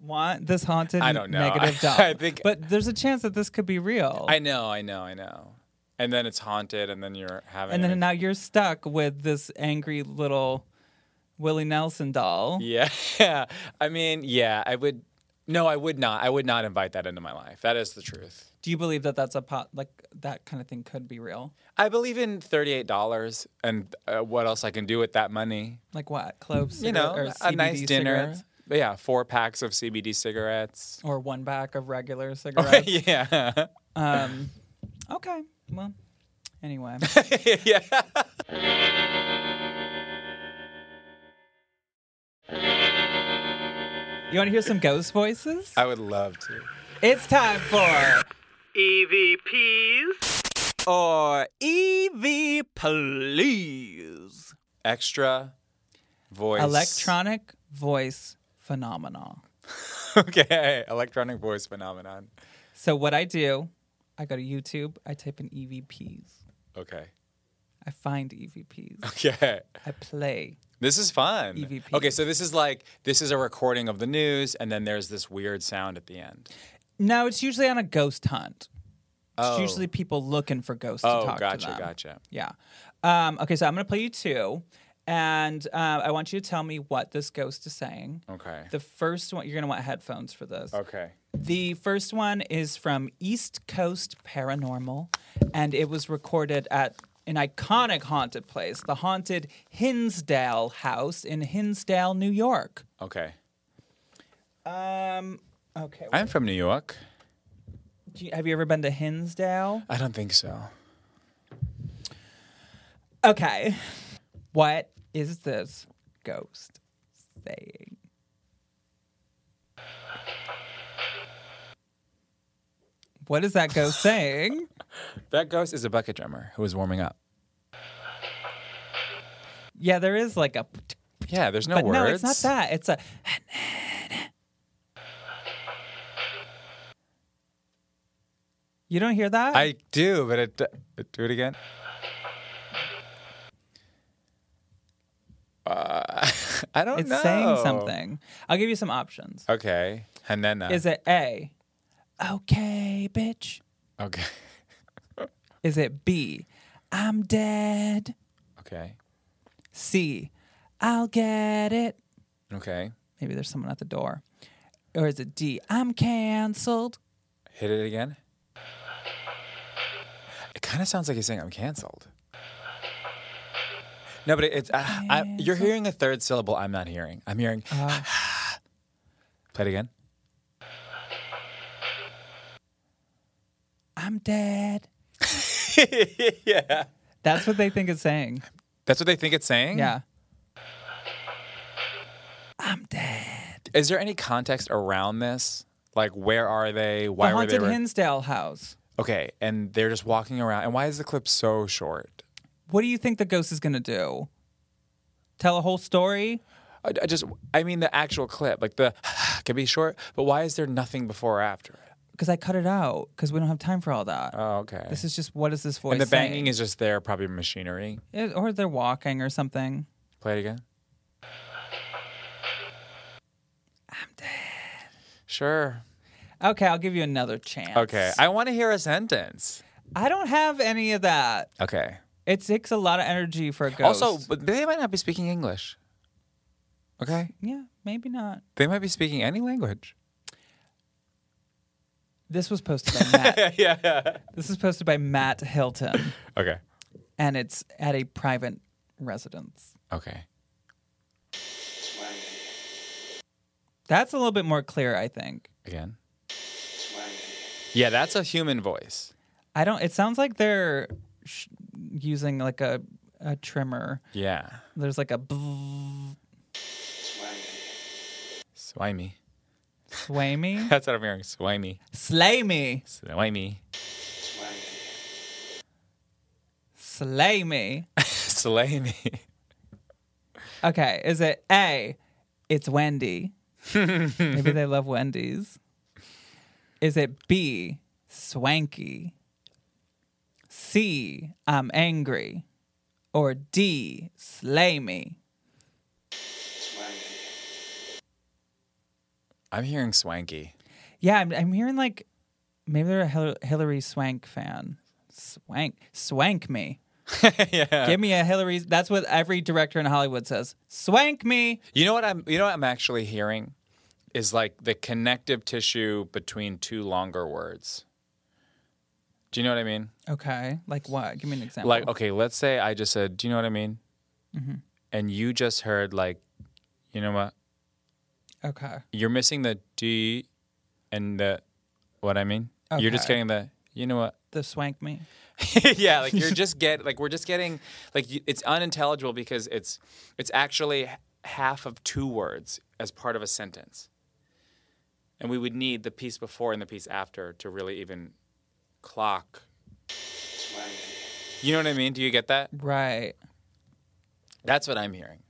want this haunted
I don't know. [LAUGHS]
negative doll.
I think-
but there's a chance that this could be real.
I know, I know, I know. And then it's haunted, and then you're having.
and
an-
then now you're stuck with this angry little Willie Nelson doll.
[LAUGHS] Yeah. I mean, yeah, I would. No, I would not. I would not invite that into my life. That is the truth.
Do you believe that that's a pot like that kind of thing could be real?
I believe in thirty-eight dollars and uh, what else I can do with that money.
Like what? Cloves,
You know,
or
a
CBD
nice dinner.
cigarettes?
But yeah, four packs of CBD cigarettes.
or one pack of
[LAUGHS] Oh,
regular cigarettes.
yeah, [LAUGHS]
Um, okay. Well, anyway.
yeah.
You want to hear some ghost voices?
I would love to.
It's time for
E
EVPs or
E
EV please.
Extra voice.
electronic voice phenomena.
[LAUGHS] okay, electronic voice phenomenon.
So what I do, I go to YouTube, I type in EVPs.
Okay. [LAUGHS]
I find EVPs.
Okay.
I play.
This is fun.
EVP.
Okay, so this is like this is a recording of the news, and then there's this weird sound at the end.
No, it's usually on a ghost hunt. It's
Oh.
usually people looking for ghosts to
Oh,
talk to
gotcha,
them.
gotcha.
Yeah. Um, okay, so I'm going to play you two, and uh, I want you to tell me what this ghost is saying.
Okay.
The first one, you're going to want headphones for this.
okay.
The first one is from East Coast Paranormal, and it was recorded at an iconic haunted place, the haunted Hinsdale House in Hinsdale, New York.
Okay.
Um, okay.
I'm from New York.
Do you- have you ever been to Hinsdale?
I don't think so.
Okay. What is this ghost saying? What is that
[SIGHS]
ghost saying?
That ghost is a bucket drummer who is warming up.
Yeah, there is like a.
Yeah, there's no
But
words.
no, it's not that. It's a. You don't hear that?
I do, but it do it again. Uh, [LAUGHS] I don't
it's
know.
saying something. I'll give you some options.
Okay. Hanena.
Is it A? Okay, bitch.
Okay.
Is it B? I'm dead.
Okay.
C. I'll get it.
Okay.
Maybe there's someone at the door. Or is it D? I'm canceled.
Hit it again. It kind of sounds like he's saying I'm canceled. No, but it- it's uh, I, you're hearing a third syllable I'm not hearing. I'm hearing.
Uh.
[SIGHS] Play it again.
I'm
[LAUGHS]
dead. yeah. That's what they think it's saying.
That's what they think it's saying.
Yeah. I'm dead.
Is there any context around this? Like, where are they? Why
the
were they?
haunted
re-
Hinsdale house.
okay, and they're just walking around. And why is the clip so short?
What do you think the ghost is gonna do? Tell a whole story?
I, I just, I mean, the actual clip, like the [SIGHS] can be short, but why is there nothing before or after? it?
Because I cut it out because we don't have time for all that.
Oh, okay.
this is just what is this voice?
and the banging
saying?
is just there, probably machinery.
It- or they're walking or something.
Play it again. I'm dead. Sure.
Okay, I'll give you another chance.
Okay. I want to hear a sentence.
I don't have any of that.
Okay.
It takes a lot of energy for a ghost.
Also, but they might not be speaking English. Okay.
yeah, maybe not.
They might be speaking any language.
This was posted by Matt. [LAUGHS] [LAUGHS] yeah. This is posted by Matt Hilton,
Okay.
and it's at a private residence.
Okay.
That's a little bit more clear, I think.
Again. Yeah, that's a human voice.
I don't. It sounds like they're sh- using like a a trimmer.
Yeah.
There's like a bzzz,
Swimey. [LAUGHS]
sway me,
That's what I'm hearing. Swimey.
[LAUGHS] slay me,
Swimey.
slay me.
Slay me.
[LAUGHS] Okay, is it A? It's Wendy. Maybe they love Wendy's. Is it B? Swanky. C? I'm angry. Or D? Slay me.
I'm
[LAUGHS]
hearing swanky.
Yeah, I'm, I'm hearing like maybe they're a Hil- Hillary Swank fan. Swank, swank me.
yeah.
Give me a Hillary. That's what every director in Hollywood says. Swank me.
You know what I'm you know what I'm actually hearing is like the connective tissue between two longer words. Do you know what I mean?
Uh-huh. Okay. Like what? Give me an example.
Like okay, let's say I just said, "Do you know what I mean?" And you just heard like, you know what?
okay.
You're missing the D and the what I mean. You're just
Okay.
getting the you know what?
The swank me.
[LAUGHS] yeah, like you're just get like we're just getting like you, it's unintelligible because it's it's actually h- half of two words as part of a sentence, and we would need the piece before and the piece after to really even clock. You know what I mean? Do you get that?
Right.
That's what I'm hearing.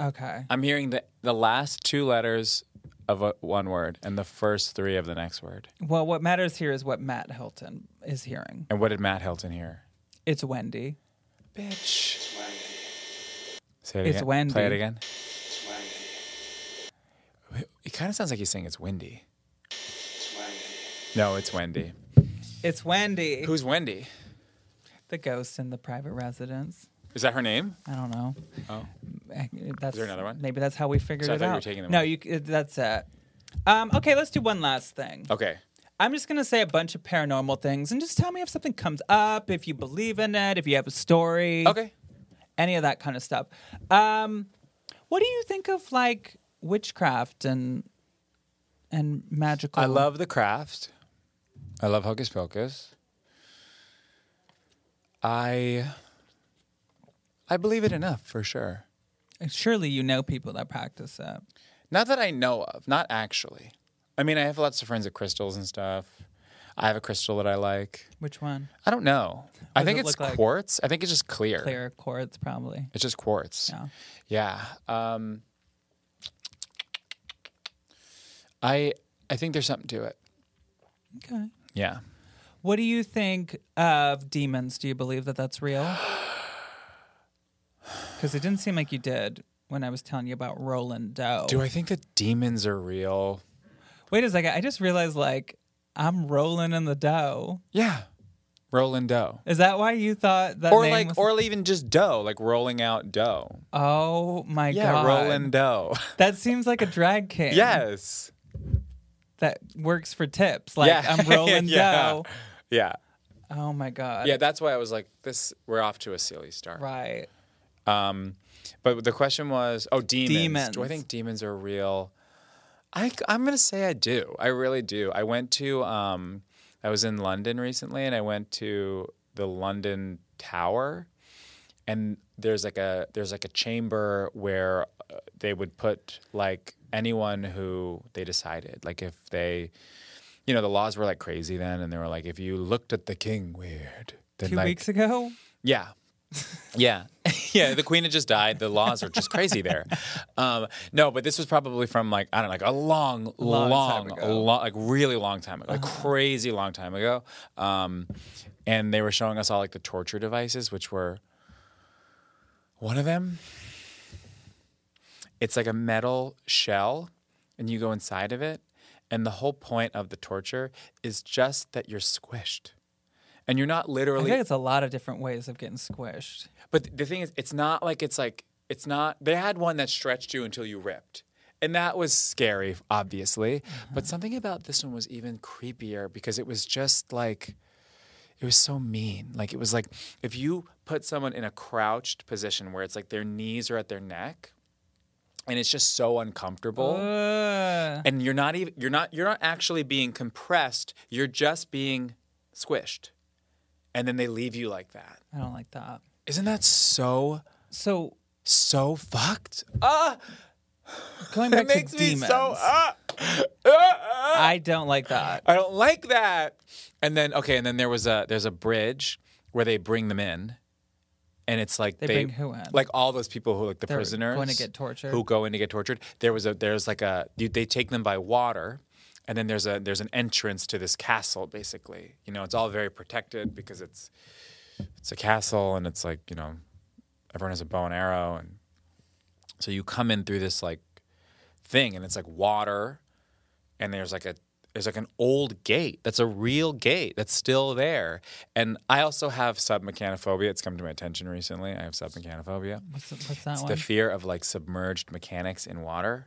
Okay.
I'm hearing the the last two letters of a, one word and the first three of the next word.
Well, what matters here is what Matt Hilton is hearing.
And what did Matt Helton hear?
It's Wendy.
Bitch. Say it
It's
again.
windy.
Play it again. It kind of sounds like he's saying it's windy. No, it's Wendy.
It's Wendy.
Who's Wendy?
the ghost in the private residence.
Is that her name?
I don't know.
Oh.
Eh, That's,
there another one?
Maybe that's how we figured
So I
it
thought you
out.
were taking them
no,
all.
you. c- That's it. Um, okay, let's do one last thing.
Okay.
I'm just gonna say a bunch of paranormal things, and just tell me if something comes up, if you believe in it, if you have a story.
Okay.
any of that kind of stuff. Um, what do you think of like witchcraft and and magical?
I love the craft. I love Hocus Pocus. I I believe it enough for sure.
Surely you know people that practice that.
Not that I know of, not actually. I mean, I have lots of friends with crystals and stuff. I have a crystal that I like.
Which one?
I don't know. I
does
think
it
it's
look like?
quartz. I think it's just clear.
Clear quartz, probably.
It's just quartz.
Yeah.
Yeah. Um, I I think there's something to it.
Okay.
Yeah.
What do you think of demons? Do you believe that that's
[SIGHS]
real? Because it didn't seem like you did when I was telling you about Roland Doe.
Do I think that demons are real?
Wait a second. I just realized like I'm rolling in the dough.
Yeah. Rolling dough.
Is that why you thought that
Or
name
like
was-
or even just dough, like rolling out dough.
Oh my
Yeah,
god. [LAUGHS]
rolling dough.
That seems like a drag king.
[LAUGHS] yes.
That works for tips. Like
[LAUGHS] Yeah.
I'm rolling
Yeah.
dough.
Yeah.
Oh my god.
Yeah, that's why I was like, this we're off to a silly start.
Right.
Um, but the question was, oh, demons. Do I
Demons.
think demons are real? I, I'm gonna say I do. I really do. I went to, um, I was in London recently, and I went to the London Tower, and there's like a there's like a chamber where uh, they would put like anyone who they decided, like if they, you know, the laws were like crazy then, and they were like, if you looked at the king weird, then
Two
like
weeks ago.
yeah. Yeah. [LAUGHS] yeah. The queen had just died. The laws are just crazy there. Um, no, but this was probably from like, I don't know, like a long, long,
Long
long,
time ago.
like really long time ago, like crazy long time ago. Um, and they were showing us all like the torture devices, which were one of them. It's like a metal shell, and you go inside of it. And the whole point of the torture is just that you're squished. And you're not
I
literally
think it's a lot of different ways of getting squished.
but th- the thing is, it's not like it's like it's not. They had one that stretched you until you ripped, and that was scary, obviously. But something about this one was even creepier because it was just like it was so mean. Like it was like if you put someone in a crouched position where it's like their knees are at their neck, and it's just so uncomfortable
Uh,
and you're not even you're not you're not actually being compressed you're just being squished and then they leave you like that
I don't like that.
isn't that so
So
so fucked [LAUGHS]
going back
That makes
to
me
demons,
so ah,
I don't like that.
I don't like that. And then okay, and then there was a there's a bridge where they bring them in, and it's like
They
they,
bring who in?
Like all those people who like the
They're going to
prisoners
get tortured.
who go in to get tortured. There was a there's like a you, they take them by water. And then there's a there's an entrance to this castle, basically. You know, it's all very protected because it's it's a castle, and it's like you know, everyone has a bow and arrow, and so you come in through this like thing, and it's like water, and there's like a there's like an old gate that's a real gate that's still there. And I also have submechanophobia. It's come to my attention recently. I have submechanophobia.
What's, the- what's that
It's
one?
the fear of like submerged mechanics in water.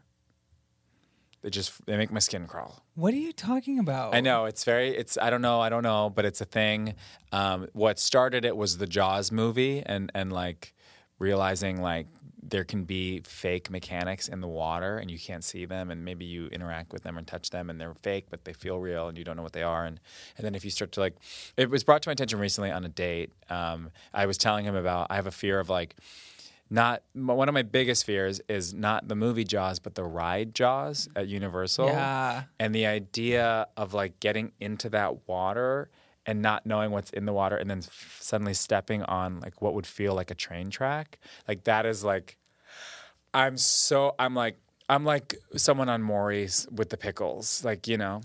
They just they make my skin crawl.
what are you talking about?
I know it's very. It's I don't know. I don't know, but it's a thing. Um, what started it was the Jaws movie, and and like realizing like there can be fake mechanics in the water, and you can't see them, and maybe you interact with them and touch them, and they're fake, but they feel real, and you don't know what they are, and and then if you start to like, it was brought to my attention recently on a date. Um, I was telling him about I have a fear of like not m- one of my biggest fears is not the movie Jaws, but the ride Jaws at Universal.
Yeah.
And the idea of like getting into that water and not knowing what's in the water and then f- suddenly stepping on like what would feel like a train track. Like that is like, I'm so, I'm like, I'm like someone on Maury's with the pickles. Like, you know,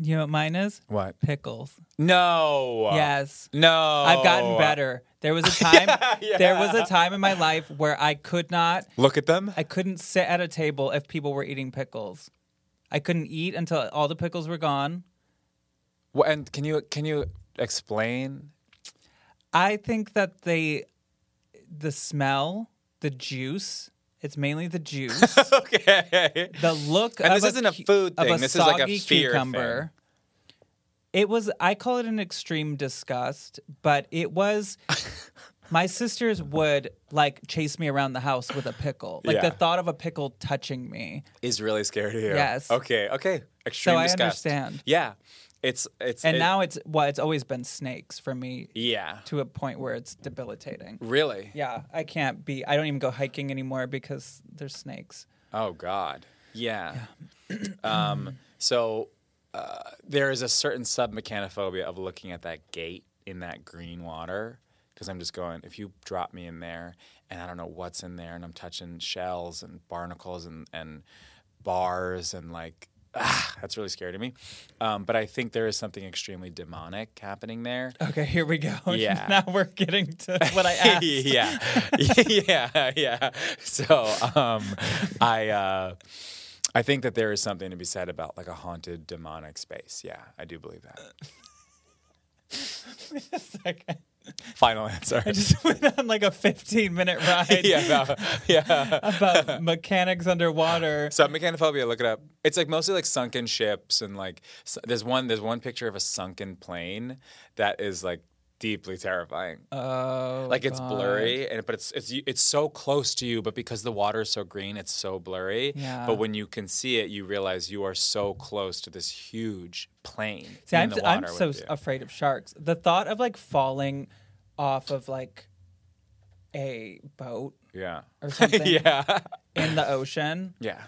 You know what mine is?
what?
Pickles.
No.
Yes.
No.
I've gotten better. There was
[LAUGHS]
a time there was a time in my life where I could not
Look at them.
I couldn't sit at a table if people were eating pickles. I couldn't eat until all the pickles were gone.
Wha- and can you, can you explain?
I think that they the smell, the juice, it's mainly the juice.
[LAUGHS] Okay.
the look
And
of
this isn't a
cu-
food
of
thing. This is like a
soggy
fear
cucumber. It was I call it an extreme disgust, but it
[LAUGHS]
was my sisters would like chase me around the house with a pickle. Like
Yeah.
the thought of a pickle touching me.
is really scary to you.
Yes.
Okay. Okay. Extreme
I
disgust.
understand.
Yeah. It's it's
And
it-
now it's well, it's always been snakes for me
yeah.
to a point where it's debilitating.
Really?
Yeah, I can't be I don't even go hiking anymore because there's snakes.
Oh God. Yeah. [CLEARS THROAT] um. So uh, there is a certain submechanophobia of looking at that gate in that green water because I'm just going. If you drop me in there, and I don't know what's in there, and I'm touching shells and barnacles and and bars and like. Ah, that's really scary to me, um, but I think there is something extremely demonic happening there.
Okay, here we go. [LAUGHS]
Yeah.
now we're getting to what
[LAUGHS]
I [LAUGHS] asked.
yeah, yeah, yeah. So um, I uh, I think that there is something to be said about like a haunted demonic space. Yeah, I do believe that.
Second.
Final answer.
I just [LAUGHS] went on like a 15 minute ride
[LAUGHS] yeah, no, yeah.
about mechanics
[LAUGHS]
underwater.
So mechanophobia, look it up. It's like mostly like sunken ships and like s- there's one there's one picture of a sunken plane that is like deeply terrifying.
Oh,
like it's blurry and but it's it's it's so close to you but because the water is so green it's so blurry
Yeah.
but when you can see it you realize you are so close to this huge plane
See,
in
I'm,
the
I'm
water
so
with you.
afraid of sharks. The thought of like falling off of like a boat
yeah [LAUGHS]
or something
yeah
in the ocean,
yeah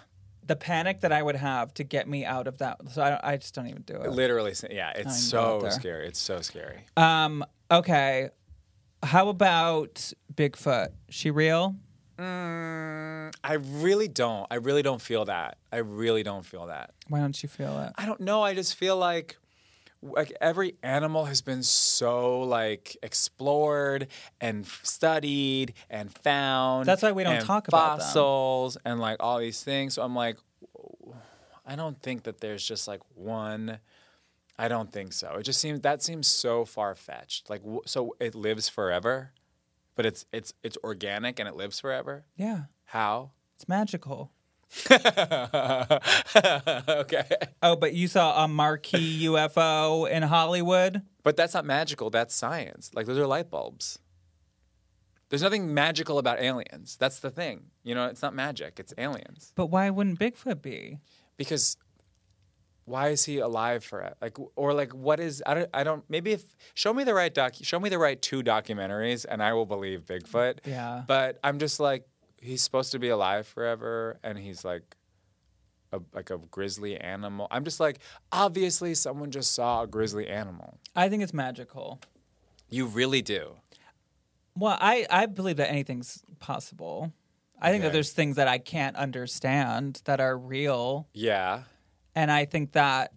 the panic that I would have to get me out of that. So I, don't- I just don't even do it.
literally yeah it's
go out
so
there.
scary it's so scary
Um, okay. How about Bigfoot? She real?
i really don't i really don't feel that i really don't feel that
Why don't you feel it?
I don't know. I just feel like like every animal has been so like explored and f- studied and found.
That's why we don't
and
talk about them.
fossils and like all these things. So I'm like, I don't think that there's just like one. I don't think so. It just seems that seems so far fetched. Like w- so, it lives forever, but it's it's it's organic and it lives forever.
Yeah,
How? [LAUGHS]
it's magical.
okay.
Oh, but you saw a [LAUGHS] marquee UFO in Hollywood?
But that's not magical. That's science. Like those are light bulbs. There's nothing magical about aliens. That's the thing. You know, it's not magic. It's aliens.
But why wouldn't Bigfoot be?
Because why is he alive for it? Like, or like, what is? I don't. I don't. Maybe if show me the right doc, show me the right two documentaries, and I will believe Bigfoot.
Yeah.
But I'm just like, he's supposed to be alive forever, and he's like a like a grizzly animal. I'm just like, obviously, someone just saw a grizzly animal.
I think it's magical.
You really do.
Well, I, I believe that anything's possible. I think that
Okay.
there's things that I can't understand that are real.
Yeah.
And I think that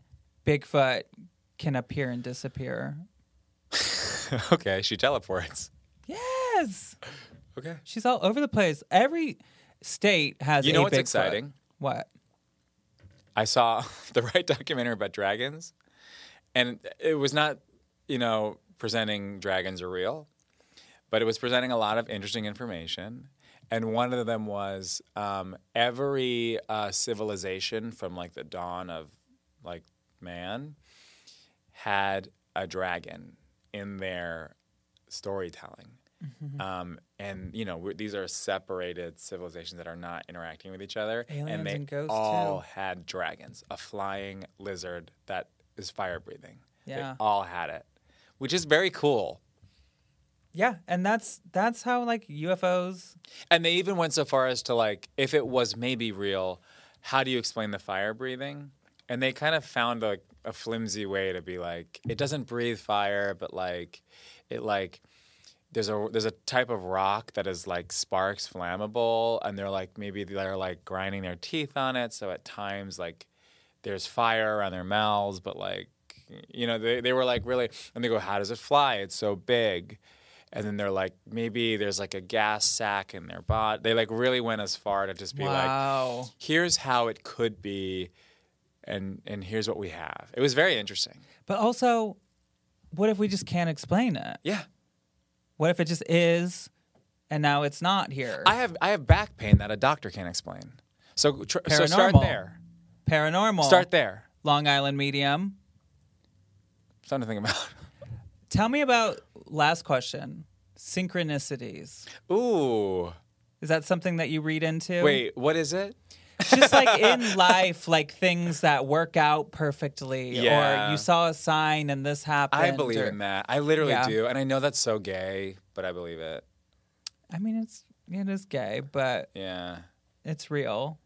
Bigfoot can appear and disappear.
Okay, she teleports.
Yes.
Okay.
She's all over the place. Every state has a
You know what's
Bigfoot.
exciting?
What?
I saw [LAUGHS] the right documentary about dragons, and it was not, you know, presenting dragons are real, but it was presenting a lot of interesting information. And one of them was um, every uh, civilization from like the dawn of like man had a dragon in their storytelling.
Mm-hmm.
Um, and you know we're, these are separated civilizations that are not interacting with each other,
Aliens
and they
and ghosts,
all
too.
had dragons, a flying lizard that is fire breathing.
Yeah.
They all had it, which is very cool.
Yeah, and that's that's how like UFOs.
And they even went so far as to like, if it was maybe real, how do you explain the fire breathing? And they kind of found a, a flimsy way to be like, it doesn't breathe fire, but like, it like there's a there's a type of rock that is like sparks flammable, and they're like maybe they're like grinding their teeth on it, so at times like there's fire around their mouths, but like you know they they were like really, and they go, how does it fly? It's so big. And then they're like, maybe there's like a gas sack in their body. They like really went as far to just be
Wow.
like, here's how it could be, and and here's what we have. It was very interesting.
But also, what if we just can't explain it?
Yeah,
What if it just is, and now it's not here?
I have I have back pain that a doctor can't explain. So tr- so start
Paranormal.
there.
Paranormal.
Start there.
Long Island Medium.
Something to think about. [LAUGHS]
Tell me about last question. Synchronicities.
Ooh,
Is that something that you read into?
wait, what is it?
just like
[LAUGHS]
in life, like things that work out perfectly, or
Yeah.
you saw a sign and this happened.
I believe
or-
in that. I literally
Yeah.
do, and I know that's so gay, but I believe it.
I mean, it's it is gay, but
Yeah.
it's real.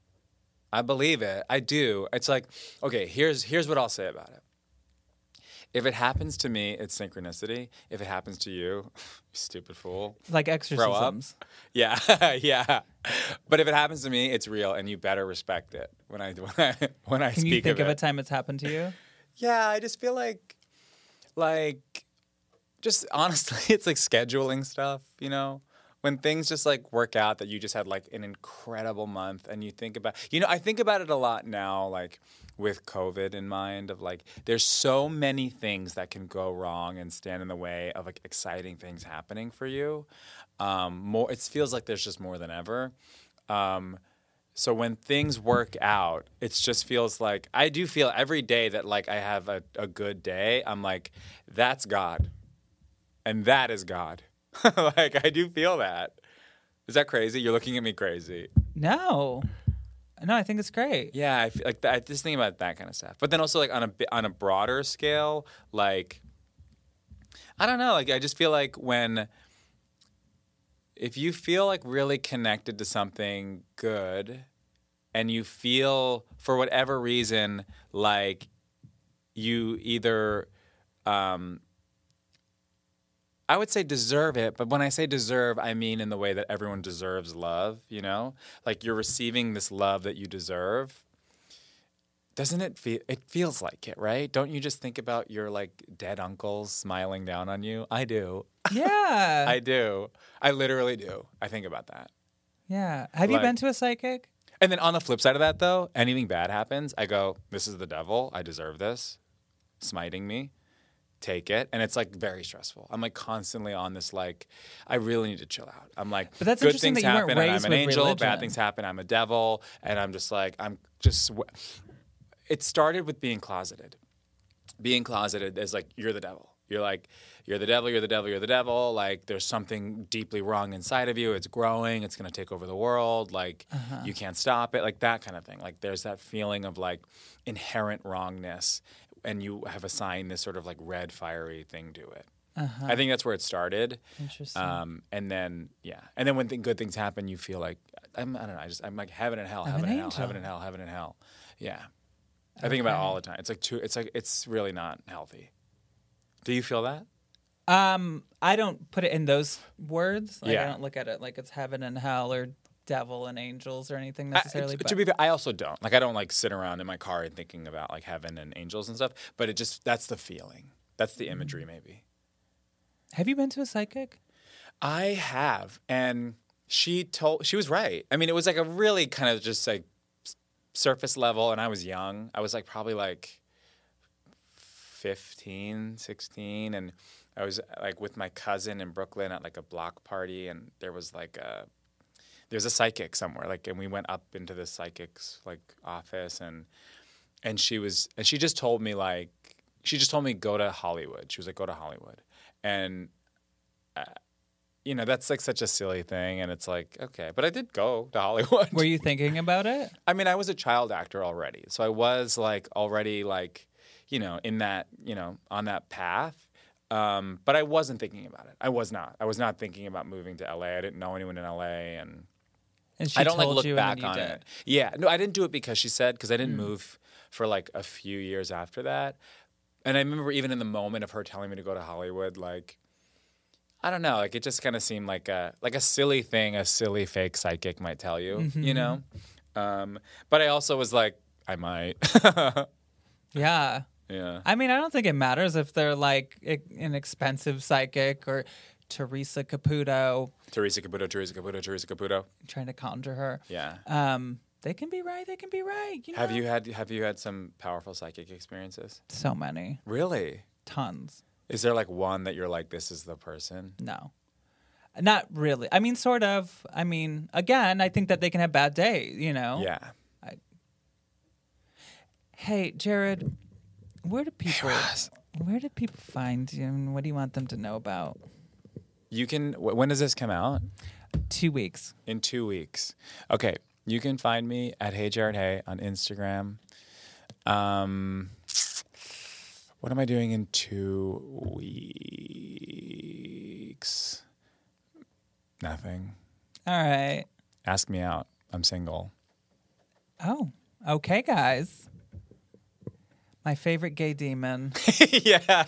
I believe it. I do. It's like, okay, here's here's what I'll say about it. If it happens to me, it's synchronicity. If it happens to you, [LAUGHS] you stupid fool.
Like
Grow up.
exorcisms.
Yeah, [LAUGHS] yeah. But if it happens to me, it's real, and you better respect it. When I [LAUGHS] when I, when I
Can
speak
you think of,
of
a
it.
time it's happened to you?
Yeah, I just feel like, like, just [LAUGHS] honestly, it's like scheduling stuff, you know? When things just like work out that you just had like an incredible month and you think about, you know, I think about it a lot now, like with COVID in mind, of like, there's so many things that can go wrong and stand in the way of like exciting things happening for you. Um, more, it feels like there's just more than ever. Um, so when things work out, it just feels like I do feel every day that like I have a, a good day. I'm like, that's God. And that is God. [LAUGHS] like I do feel that. Is that crazy? You're looking at me crazy.
No. No, I think it's great.
Yeah, I feel like that, I just think about that kind of stuff. But then also like on a bi- on a broader scale, like I don't know, like I just feel like when if you feel like really connected to something good and you feel for whatever reason like you either um I would say deserve it, but when I say deserve, I mean in the way that everyone deserves love, you know? Like you're receiving this love that you deserve. Doesn't it feel it feels like it, right? Don't you just think about your like dead uncles smiling down on you? I do.
Yeah.
I do. I literally do. I think about that.
yeah. Have you
like-
been to a psychic?
And then on the flip side of that, though, anything bad happens, I go, "This is the devil. I deserve this, smiting me. Take it." And it's like very stressful. I'm like constantly on this like, I really need to chill out. I'm like,
But that's
good
interesting
things
that you weren't
happen, and I'm
raised
an
with
angel.
religion.
Bad things happen, I'm a devil, and I'm just like, I'm just. Sw- it started with being closeted. Being closeted is like you're the devil. You're like you're the devil. You're the devil. You're the devil. Like there's something deeply wrong inside of you. It's growing. It's gonna take over the world. Like you can't stop it. Like that kind of thing. Like there's that feeling of like inherent wrongness, and you have assigned this sort of like red fiery thing to it. I think that's where it started.
Interesting.
Um, and then yeah, and then when th- good things happen, you feel like I'm, I don't know. I just I'm like heaven and hell,
I'm
heaven
an
and hell,
angel.
heaven and hell, heaven and hell. Yeah, I think about it all the time. It's like too. It's like it's really not healthy. Do you feel that?
Um, I don't put it in those words. Like, I
Yeah.
don't look at it like it's heaven and hell or devil and angels or anything
I-
necessarily.
t-
but
to be fair, I also don't. Like I don't like sit around in my car and thinking about like heaven and angels and stuff. But it just that's the feeling. That's
Mm-hmm.
the imagery maybe.
have you been to a psychic?
I have, and she told she was right. I mean, it was like a really kind of just like surface level and I was young. I was like probably like 15, 16 and I was like with my cousin in Brooklyn at like a block party and there was like a there's a psychic somewhere like and we went up into the psychic's like office and and she was and she just told me like she just told me go to Hollywood. She was like go to Hollywood. And uh, you know, that's like such a silly thing and it's like okay, but I did go to Hollywood.
Were you thinking about it?
I mean, I was a child actor already, so I was like already like, you know, in that you know on that path. Um, but I wasn't thinking about it. I was not. I was not thinking about moving to LA. I didn't know anyone in LA, and
And she
I don't like
told
look
you and
back
then you
on
did. Mm.
it. Yeah, no, I didn't do it because she said because I didn't move for like a few years after that. And I remember even in the moment of her telling me to go to Hollywood, like I don't know, like it just kind of seemed like a like a silly thing a silly fake psychic might tell you,
Mm-hmm.
you know. Um, but I also was like, I might, [LAUGHS]
Yeah.
yeah.
I mean, I don't think it matters if they're like i- an expensive psychic or Teresa Caputo
Teresa Caputo, Teresa Caputo, Teresa Caputo.
trying to conjure her.
Yeah.
Um, they can be right. They can be right. You know,
have you had have you had some powerful psychic experiences?
so many
Really?
tons?
Is there like one that you're like, this is the person?
No, not really. I mean, sort of. I mean, again, I think that they can have bad days. You know.
Yeah.
Hey, Jared, where do people? Where do people find you, and what do you want them to know about?
You can. wh- When does this come out?
Two weeks.
in two weeks. Okay, you can find me at Hey Jared Hey on Instagram. Um, what am I doing in two weeks? Nothing.
All right.
Ask me out.
[LAUGHS]
I'm single.
Oh, okay, guys. My favorite gay
[LAUGHS]
demon.
yeah,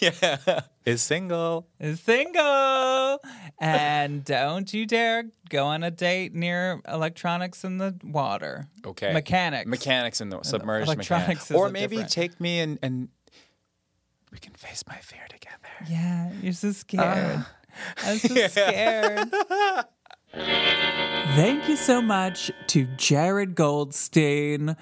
yeah. Is single.
is single. And don't you dare go on a date near electronics in the water.
Okay.
Mechanics.
Mechanics in the submerged
electronics
mechanics.
is
Or
a
maybe
different-
take me and and we can face my fear together.
Yeah, you're so scared. I'm so scared. [LAUGHS] Thank you so much to Jared Goldstein.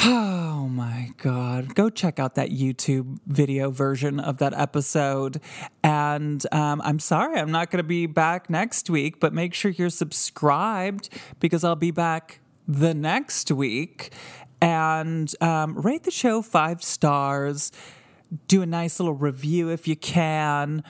Oh my God. Go check out that YouTube video version of that episode. And um, I'm sorry, I'm not going to be back next week, but make sure you're subscribed because I'll be back the next week. And um, rate the show five stars. Do a nice little review if you can.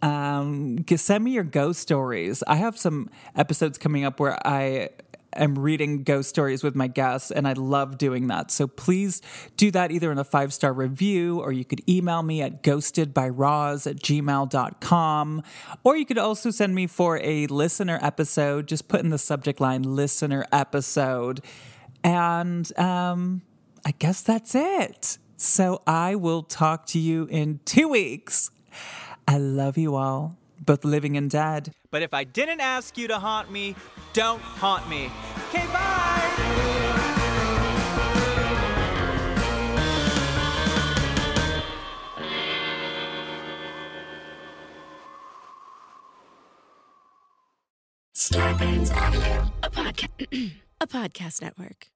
Um, g- send me your ghost stories. I have some episodes coming up where I am reading ghost stories with my guests, and I love doing that. So please do that either in a five star review, or you could email me at ghostedbyroz at gmail.com. Or you could also send me for a listener episode. Just put in the subject line listener episode. And um, I guess that's it. So I will talk to you in two weeks. I love you all, both living and dead. But if I didn't ask you to haunt me, don't haunt me. Okay, bye!
[CLEARS THROAT] Starburns Audio, a podcast, a podcast network.